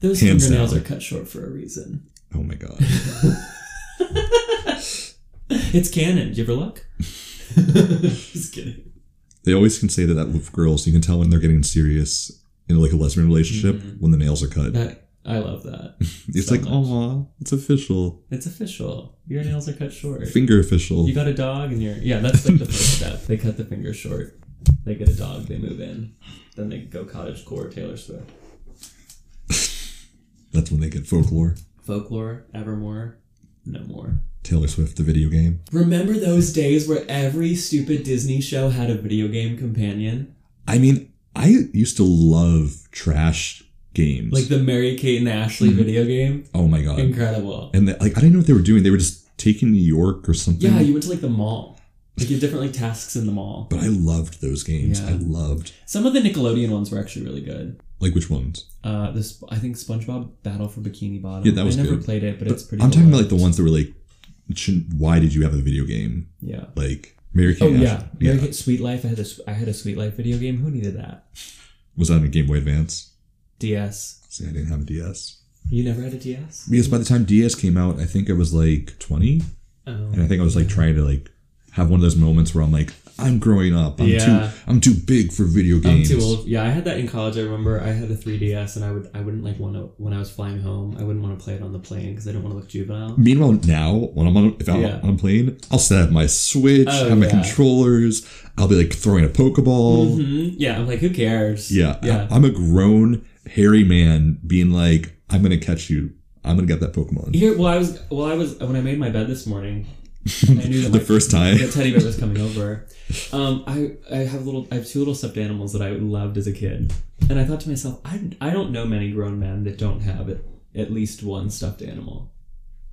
Speaker 1: those
Speaker 2: hands
Speaker 1: fingernails
Speaker 2: down.
Speaker 1: are cut short for a reason.
Speaker 2: Oh my god.
Speaker 1: it's canon. Did you ever look? Just kidding.
Speaker 2: they always can say that that with girls. You can tell when they're getting serious in like a lesbian relationship
Speaker 1: Mhm.
Speaker 2: when the nails are cut.
Speaker 1: That I love that.
Speaker 2: it's
Speaker 1: so
Speaker 2: like,
Speaker 1: much.
Speaker 2: oh, it's official.
Speaker 1: It's official. Your nails are cut short.
Speaker 2: Finger official.
Speaker 1: You got a dog, and you're yeah. That's like the first step. They cut the finger short. They get a dog. They move in. Then they go cottage core Taylor Swift.
Speaker 2: That's when they get folklore.
Speaker 1: Folklore, evermore, no more.
Speaker 2: Taylor Swift, the video game.
Speaker 1: Remember those days where every stupid Disney show had a video game companion,
Speaker 2: I mean, I used to love trash games.
Speaker 1: like the Mary Kate and Ashley video game.
Speaker 2: oh my
Speaker 1: Uh,
Speaker 2: god!
Speaker 1: Incredible.
Speaker 2: and the, like, I didn't know what they were doing. They were just taking New York or something.
Speaker 1: Yeah, you went to like the mall. Like you had different like tasks in the mall.
Speaker 2: but I loved those games.
Speaker 1: Yeah.
Speaker 2: I loved
Speaker 1: Some of the Nickelodeon ones were actually really good.
Speaker 2: like which ones?
Speaker 1: Uh, this I think SpongeBob Battle for Bikini Bottom.
Speaker 2: Yeah, that was
Speaker 1: I never
Speaker 2: good.
Speaker 1: played it, but,
Speaker 2: But
Speaker 1: it's pretty.
Speaker 2: I'm talking about like
Speaker 1: beloved.
Speaker 2: the ones that were like, shouldn't- why did you have a video game?
Speaker 1: yeah.
Speaker 2: Like Mary Kay.
Speaker 1: Oh
Speaker 2: and
Speaker 1: yeah,
Speaker 2: Ashley-
Speaker 1: yeah.
Speaker 2: yeah.
Speaker 1: Sweet Life. I had a s- I had a Sweet Life video game. Who needed that?
Speaker 2: Was that on a Game Boy Advance?
Speaker 1: DS.
Speaker 2: See, I didn't have a DS
Speaker 1: You never had a DS.
Speaker 2: because by the time DS came out, I think I was like 20.
Speaker 1: Oh.
Speaker 2: and I think I was like trying to like have one of those moments where I'm like, I'm growing up. I'm
Speaker 1: Yeah.
Speaker 2: too I'm too big for video
Speaker 1: I'm
Speaker 2: games.
Speaker 1: too old. Yeah, I had that in college. I remember I had a 3DS, and I would I wouldn't like want to when I was flying home. I wouldn't want to play it on the plane because I didn't want to look juvenile.
Speaker 2: Meanwhile, now when I'm on if I'm
Speaker 1: Yeah.
Speaker 2: on a plane, I'll set up my Switch,
Speaker 1: Oh,
Speaker 2: have my
Speaker 1: yeah.
Speaker 2: controllers. I'll be like throwing a Pokeball.
Speaker 1: hmm Yeah, I'm like, who cares?
Speaker 2: Yeah,
Speaker 1: yeah.
Speaker 2: I, am a grown hairy man being like, I'm gonna catch you. I'm gonna get that Pokemon.
Speaker 1: Here, well, I was, well, I was when I made my bed this morning. And I knew that
Speaker 2: the
Speaker 1: my-
Speaker 2: first time.
Speaker 1: the teddy bear was coming over. Um, I I have little I have two little stuffed animals that I loved as a kid, and I thought to myself, I, I don't know many grown men that don't have at, at least one stuffed animal.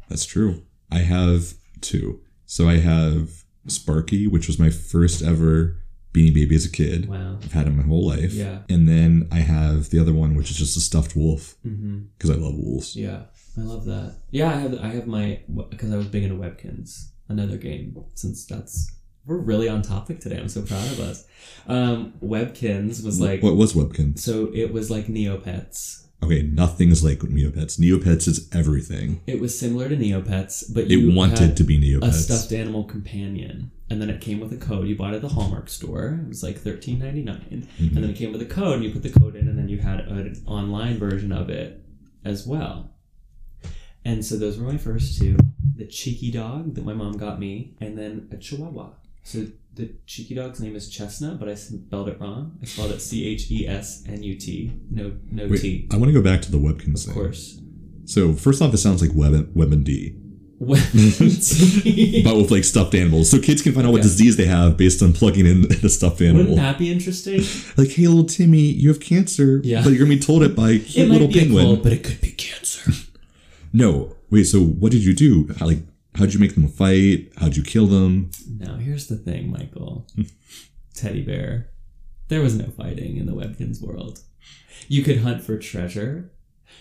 Speaker 2: That's true. I have two. So I have Sparky, which was my first ever Beanie Baby as a kid.
Speaker 1: Wow.
Speaker 2: I've had him my whole life.
Speaker 1: Yeah.
Speaker 2: And then I have the other one, which is just a stuffed wolf
Speaker 1: Mm-hmm.
Speaker 2: because I love wolves.
Speaker 1: Yeah, I love that. Yeah, I have I have my because I was big into Webkins, another game. Since that's we're really on topic today, I'm so proud of us. Um, Webkins was like
Speaker 2: what was Webkins?
Speaker 1: so it was like Neopets.
Speaker 2: Okay, nothing's like Neopets. Neopets is everything.
Speaker 1: It was similar to Neopets, but
Speaker 2: It
Speaker 1: you
Speaker 2: wanted
Speaker 1: had
Speaker 2: to be
Speaker 1: a
Speaker 2: Neopets.
Speaker 1: stuffed animal companion, and then it came with a code. You bought it at the Hallmark store. It was like thirteen ninety nine,
Speaker 2: Mhm.
Speaker 1: and then it came with a code, and you put the code in, and then you had an online version of it as well. And so those were my first two: the cheeky dog that my mom got me, and then a Chihuahua. So the cheeky dog's name is Chestnut, but I spelled it wrong. I spelled it C H E S N U T. No, no
Speaker 2: Wait,
Speaker 1: T.
Speaker 2: I want to go back to the Webkins
Speaker 1: Of
Speaker 2: thing.
Speaker 1: course.
Speaker 2: So first off, it sounds like Web WebMD,
Speaker 1: Web-
Speaker 2: but with like stuffed animals. So kids can find out what
Speaker 1: Yeah.
Speaker 2: disease they have based on plugging in the stuffed animal.
Speaker 1: Wouldn't that be interesting?
Speaker 2: like, hey, little Timmy, you have cancer,
Speaker 1: Yeah.
Speaker 2: but you're gonna be told it by a cute
Speaker 1: it
Speaker 2: little
Speaker 1: might be a
Speaker 2: penguin.
Speaker 1: cold, but it could be cancer.
Speaker 2: no, wait. So what did you do? How, like, how'd you make them fight? How'd you kill them?
Speaker 1: now, here's the thing, Michael. Teddy bear. There was no fighting in the Webkins world. You could hunt for treasure.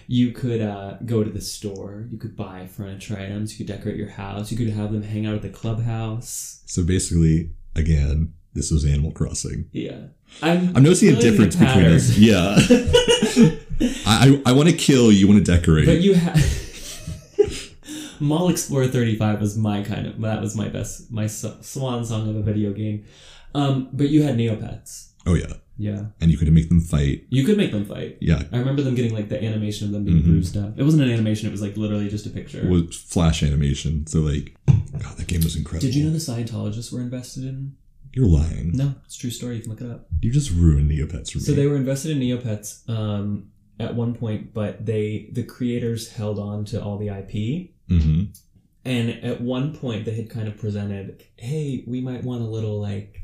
Speaker 1: You could uh, go to the store. You could buy furniture items. You could decorate your house. You could have them hang out at the clubhouse.
Speaker 2: So basically, again, this was Animal Crossing.
Speaker 1: Yeah. I'm,
Speaker 2: I'm noticing a
Speaker 1: Really
Speaker 2: difference between
Speaker 1: pattern.
Speaker 2: us. Yeah, I I, I want to kill. You want to decorate.
Speaker 1: But you have Mall Explorer 35 was my kind of that was my best my s- swan song of a video game. Um, but you had Neopets.
Speaker 2: oh yeah,
Speaker 1: Yeah,
Speaker 2: and you could make them fight.
Speaker 1: you could make them fight.
Speaker 2: Yeah,
Speaker 1: I remember them getting like the animation of them being
Speaker 2: Mhm.
Speaker 1: bruised up. It wasn't an animation; it was like literally just a picture.
Speaker 2: with flash animation. So like, God, that game was incredible.
Speaker 1: Did you know the Scientologists were invested in?
Speaker 2: You're lying.
Speaker 1: No, it's a true story. You can look it up.
Speaker 2: You just ruined Neopets for me.
Speaker 1: So they were invested in Neopets um, at one point, but they the creators held on to all the IP.
Speaker 2: hmm
Speaker 1: And at one point, they had kind of presented, hey, we might want a little like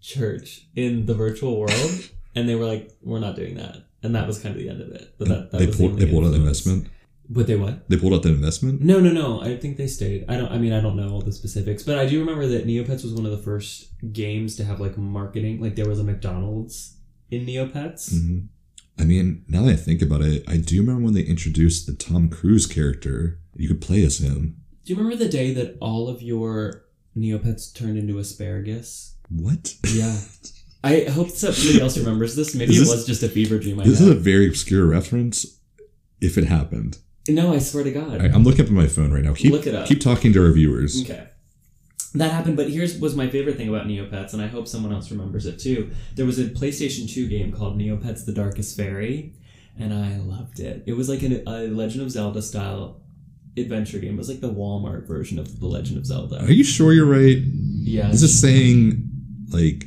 Speaker 1: church in the virtual world. and they were like, we're not doing that. And that was kind of the end of it. But that, that
Speaker 2: they
Speaker 1: was
Speaker 2: pulled.
Speaker 1: the
Speaker 2: They pulled out the
Speaker 1: influence.
Speaker 2: investment.
Speaker 1: But they what?
Speaker 2: They pulled out the investment.
Speaker 1: No, no, no. I think they stayed. I don't. I mean, I don't know all the specifics, but I do remember that Neopets was one of the first games to have like marketing. Like there was a McDonald's in Neopets.
Speaker 2: Mhm. I mean, now that I think about it, I do remember when they introduced the Tom Cruise character. You could play as him.
Speaker 1: Do you remember the day that all of your Neopets turned into asparagus?
Speaker 2: What?
Speaker 1: Yeah. I hope somebody else remembers this. Maybe
Speaker 2: Is
Speaker 1: it
Speaker 2: this-
Speaker 1: was just a fever dream I
Speaker 2: This is a
Speaker 1: had.
Speaker 2: very obscure reference. If it happened,
Speaker 1: no, I swear to God.
Speaker 2: All right, I'm looking up on my phone right now. Keep
Speaker 1: Look it up.
Speaker 2: keep talking to our viewers.
Speaker 1: Okay. That happened, but here's was my favorite thing about Neopets, and I hope someone else remembers it too. There was a PlayStation 2 game called Neopets the Darkest Fairy, and I loved it. It was like an, a Legend of Zelda style adventure game. It was like the Walmart version of The Legend of Zelda.
Speaker 2: Are you sure you're right?
Speaker 1: Yeah.
Speaker 2: This is saying like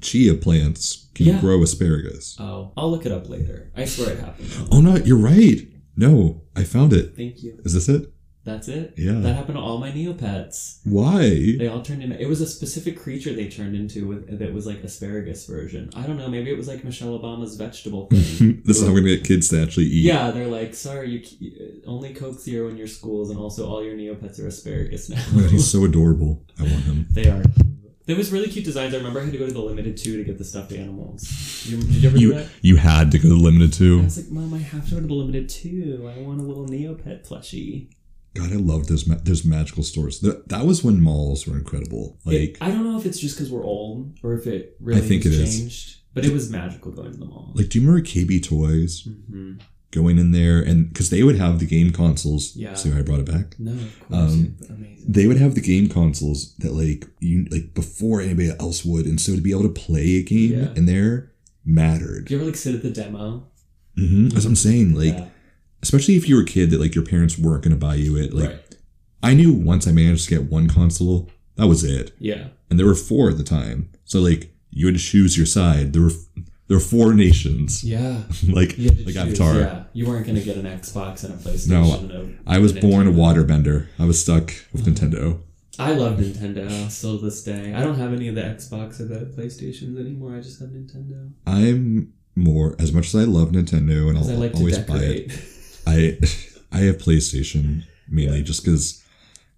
Speaker 2: chia plants can
Speaker 1: Yeah.
Speaker 2: grow asparagus.
Speaker 1: Oh, I'll look it up later. I swear it happened.
Speaker 2: Oh no, you're right. No, I found it.
Speaker 1: Thank you.
Speaker 2: Is this it?
Speaker 1: That's it.
Speaker 2: Yeah.
Speaker 1: That happened to all my Neopets.
Speaker 2: Why?
Speaker 1: They all turned into. It was a specific creature they turned into with, that was like asparagus version. I don't know. Maybe it was like Michelle Obama's vegetable thing.
Speaker 2: this is how we're gonna get kids to actually eat.
Speaker 1: yeah, they're like, sorry, you c- uh, only Coke Zero in your schools, and also all your Neopets are asparagus now.
Speaker 2: Oh my god, he's so adorable. I want him.
Speaker 1: they are. There was really cute designs. I remember I had to go to the limited two to get the stuffed animals. You, did you ever do
Speaker 2: You
Speaker 1: that?
Speaker 2: you had to go to limited
Speaker 1: I
Speaker 2: two.
Speaker 1: was like, Mom, I have to go to the limited two. I want a little Neopet plushie.
Speaker 2: God, I love those ma- those magical stores. Th- that was when malls were incredible.
Speaker 1: It-
Speaker 2: Like
Speaker 1: I don't know if it's just because we're old or if it really
Speaker 2: think
Speaker 1: has
Speaker 2: it is.
Speaker 1: changed, but it was magical going to the mall.
Speaker 2: like do you remember KB Toys
Speaker 1: hmm
Speaker 2: going in there and because they would have the game consoles.
Speaker 1: Yeah.
Speaker 2: See how I brought it back.
Speaker 1: No, of course.
Speaker 2: Um,
Speaker 1: Amazing.
Speaker 2: They would have the game consoles that like you like before anybody else would, and so to be able to play a game
Speaker 1: Yeah.
Speaker 2: in there mattered.
Speaker 1: Do you ever like sit at the demo?
Speaker 2: hmm That's what I'm saying. Like
Speaker 1: Yeah.
Speaker 2: especially if you were a kid that like your parents weren't gonna buy you it. Like
Speaker 1: right.
Speaker 2: I knew once I managed to get one console, that was it.
Speaker 1: Yeah.
Speaker 2: and there were four at the time. So like you had to choose your side. There were there were four nations.
Speaker 1: Yeah.
Speaker 2: like
Speaker 1: You had to
Speaker 2: like
Speaker 1: choose.
Speaker 2: Avatar.
Speaker 1: Yeah. You weren't gonna get an Xbox and a PlayStation.
Speaker 2: No,
Speaker 1: and a-
Speaker 2: I was
Speaker 1: and a
Speaker 2: born a
Speaker 1: Nintendo. Uh-huh.
Speaker 2: waterbender. I was stuck with Nintendo.
Speaker 1: I love Nintendo still to this day. I don't have any of the Xbox or the PlayStations anymore. I just have Nintendo.
Speaker 2: I'm more as much as I love Nintendo and
Speaker 1: 'Cause
Speaker 2: I'll
Speaker 1: I like to
Speaker 2: always buy it.
Speaker 1: decorate.
Speaker 2: I I have PlayStation mainly just 'cause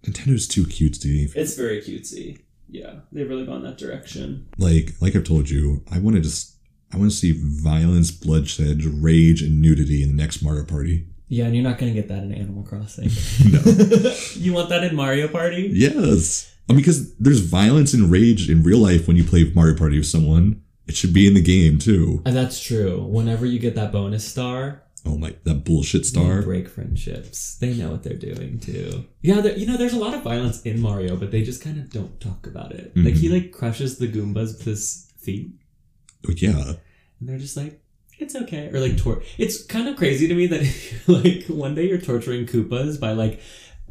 Speaker 2: just because Nintendo's too cutesy.
Speaker 1: It's very cutesy. Yeah, they've really gone that direction.
Speaker 2: Like like I've told you, I want to just I want to see violence, bloodshed, rage, and nudity in the next Mario Party.
Speaker 1: Yeah, and you're not gonna get that in Animal Crossing.
Speaker 2: No.
Speaker 1: you want that in Mario Party?
Speaker 2: Yes. I mean, because there's violence and rage in real life when you play Mario Party with someone. It should be in the game too.
Speaker 1: And Uh, that's true. Whenever you get that bonus star,
Speaker 2: Oh my, that bullshit
Speaker 1: you
Speaker 2: star.
Speaker 1: break friendships. They know what they're doing too. Yeah, there- you know, there's a lot of violence in Mario, but they just kind of don't talk about it. Like he like crushes the Goombas with his feet,
Speaker 2: Oh, yeah.
Speaker 1: and they're just like, "It's okay." Or like, tor- it's kind of crazy to me that like one day you're torturing Koopas by like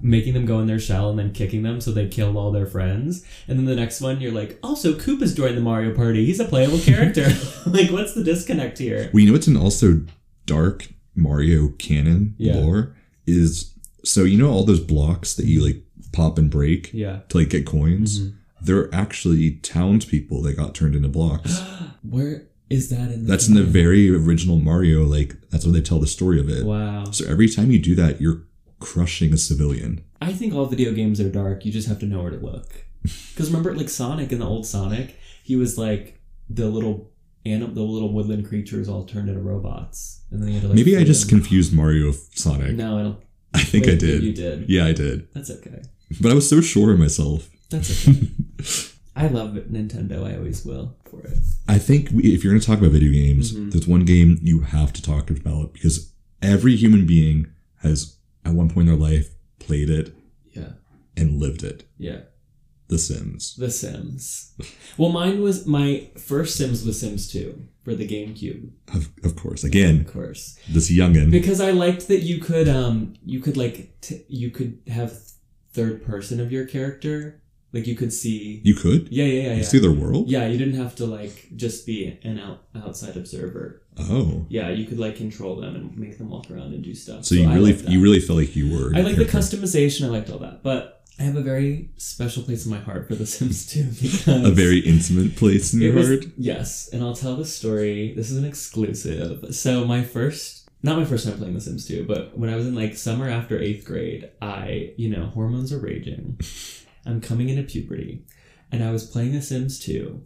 Speaker 1: making them go in their shell and then kicking them so they kill all their friends, and then the next one you're like, "Also, Koopa's joined the Mario Party. He's a playable character." like, what's the disconnect here?
Speaker 2: Well, you know what's an also dark Mario canon
Speaker 1: Yeah.
Speaker 2: lore is so you know all those blocks that you like pop and break
Speaker 1: Yeah.
Speaker 2: to like get
Speaker 1: Mm-hmm.
Speaker 2: coins. They're actually townspeople that got turned into blocks.
Speaker 1: Where is that in? The
Speaker 2: That's in the very original Mario. Like that's where they tell the story of it.
Speaker 1: Wow.
Speaker 2: So every time you do that, you're crushing a civilian.
Speaker 1: I think all video games are dark. You just have to know where to look. Because remember, like Sonic in the old Sonic, he was like the little anim- the little woodland creatures all turned into robots, and then he had to like.
Speaker 2: Maybe I
Speaker 1: fight
Speaker 2: just
Speaker 1: them.
Speaker 2: confused Mario with Sonic.
Speaker 1: No, I don't
Speaker 2: I think I
Speaker 1: wait,
Speaker 2: did.
Speaker 1: You did.
Speaker 2: Yeah, I did.
Speaker 1: That's okay.
Speaker 2: But I was so sure of myself.
Speaker 1: That's okay. I love Nintendo. I always will for it.
Speaker 2: I think we, if you're going to talk about video games,
Speaker 1: Mhm.
Speaker 2: there's one game you have to talk about because every human being has, at one point in their life, played it
Speaker 1: Yeah.
Speaker 2: and lived it.
Speaker 1: Yeah.
Speaker 2: The Sims.
Speaker 1: The Sims. Well, mine was my first Sims was Sims Two for the GameCube,
Speaker 2: Of, of course.
Speaker 1: of
Speaker 2: Again,
Speaker 1: course.
Speaker 2: this youngin.
Speaker 1: because I liked that you could um you could like t- you could have third person of your character like you could see
Speaker 2: You could?
Speaker 1: yeah yeah yeah
Speaker 2: You
Speaker 1: yeah.
Speaker 2: see their world?
Speaker 1: yeah you didn't have to like just be an out- outside observer
Speaker 2: Oh.
Speaker 1: yeah you could like control them and make them walk around and do stuff
Speaker 2: So, you
Speaker 1: I
Speaker 2: really
Speaker 1: liked that.
Speaker 2: you really felt like you were.
Speaker 1: I like the
Speaker 2: character.
Speaker 1: customization I liked all that but I have a very special place in my heart for The Sims 2 because
Speaker 2: A very intimate place in
Speaker 1: It
Speaker 2: your
Speaker 1: was-
Speaker 2: heart.
Speaker 1: Yes, and I'll tell the story. This is an exclusive. So my first, not my first time playing The Sims 2, but when I was in like summer after eighth grade, I, you know, hormones are raging. I'm coming into puberty, and I was playing The Sims 2.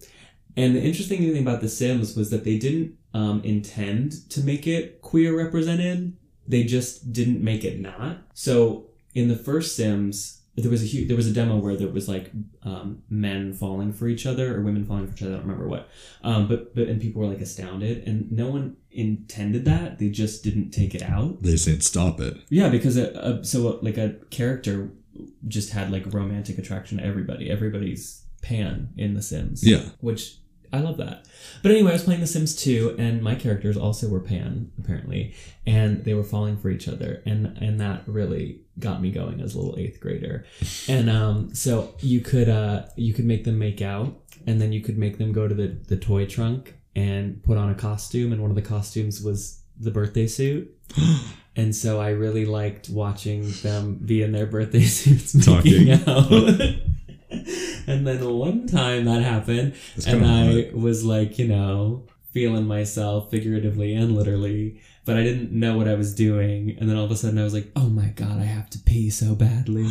Speaker 1: And the interesting thing about The Sims was that they didn't um, intend to make it queer represented. They just didn't make it not. So in the first Sims, there was a huge, there was a demo where there was like um, men falling for each other or women falling for each other. I don't remember what. Um, but but and people were like astounded, and no one intended that. They just didn't take it out.
Speaker 2: They said stop it.
Speaker 1: Yeah, because a, a, so uh, like a character just had like romantic attraction to everybody. Everybody's pan in The Sims
Speaker 2: Yeah.
Speaker 1: which I love that. But anyway, I was playing The Sims 2, and my characters also were Pan, apparently, and they were falling for each other, and and that really got me going as a little eighth grader. And um, so you could uh, you could make them make out, and then you could make them go to the the toy trunk and put on a costume, and one of the costumes was the birthday suit. And so I really liked watching them be in their birthday suits making
Speaker 2: Talking.
Speaker 1: out. and then one time that happened,
Speaker 2: That's
Speaker 1: and
Speaker 2: kinda hot.
Speaker 1: I was like, you know, feeling myself figuratively and literally, but I didn't know what I was doing. And then all of a sudden I was like, oh my God, I have to pee so badly.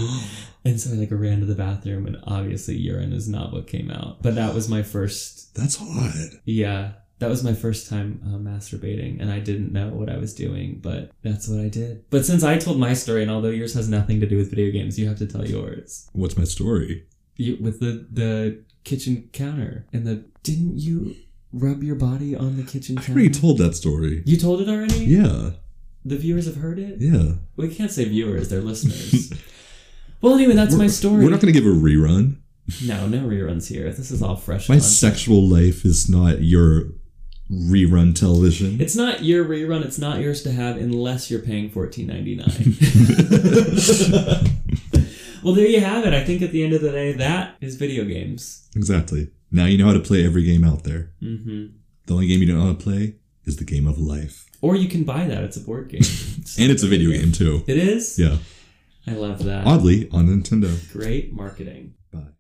Speaker 1: and so I like ran to the bathroom and obviously urine is not what came out. But that was my first,
Speaker 2: That's hot.
Speaker 1: yeah, that was my first time uh, masturbating and I didn't know what I was doing, but that's what I did. But since I told my story and although yours has nothing to do with video games, you have to tell yours.
Speaker 2: What's my story?
Speaker 1: You, with the the kitchen counter and the didn't you rub your body on the kitchen
Speaker 2: I
Speaker 1: counter?
Speaker 2: already told that story.
Speaker 1: you told it already.
Speaker 2: Yeah.
Speaker 1: The viewers have heard it.
Speaker 2: Yeah.
Speaker 1: We can't say viewers; they're listeners. well, anyway, that's my story.
Speaker 2: We're not going to give a rerun.
Speaker 1: no, no reruns here. This is all fresh.
Speaker 2: My
Speaker 1: content.
Speaker 2: sexual life is not your rerun television.
Speaker 1: it's not your rerun. It's not yours to have unless you're paying fourteen ninety nine. Well, there you have it. I think at the end of the day, that is video games.
Speaker 2: exactly. Now you know how to play every game out there.
Speaker 1: hmm
Speaker 2: The only game you don't know how to play is the game of life.
Speaker 1: Or you can buy that. It's a board game.
Speaker 2: And it's a video game, too.
Speaker 1: It is.
Speaker 2: Yeah.
Speaker 1: I love that.
Speaker 2: Oddly, on Nintendo.
Speaker 1: Great marketing. Bye.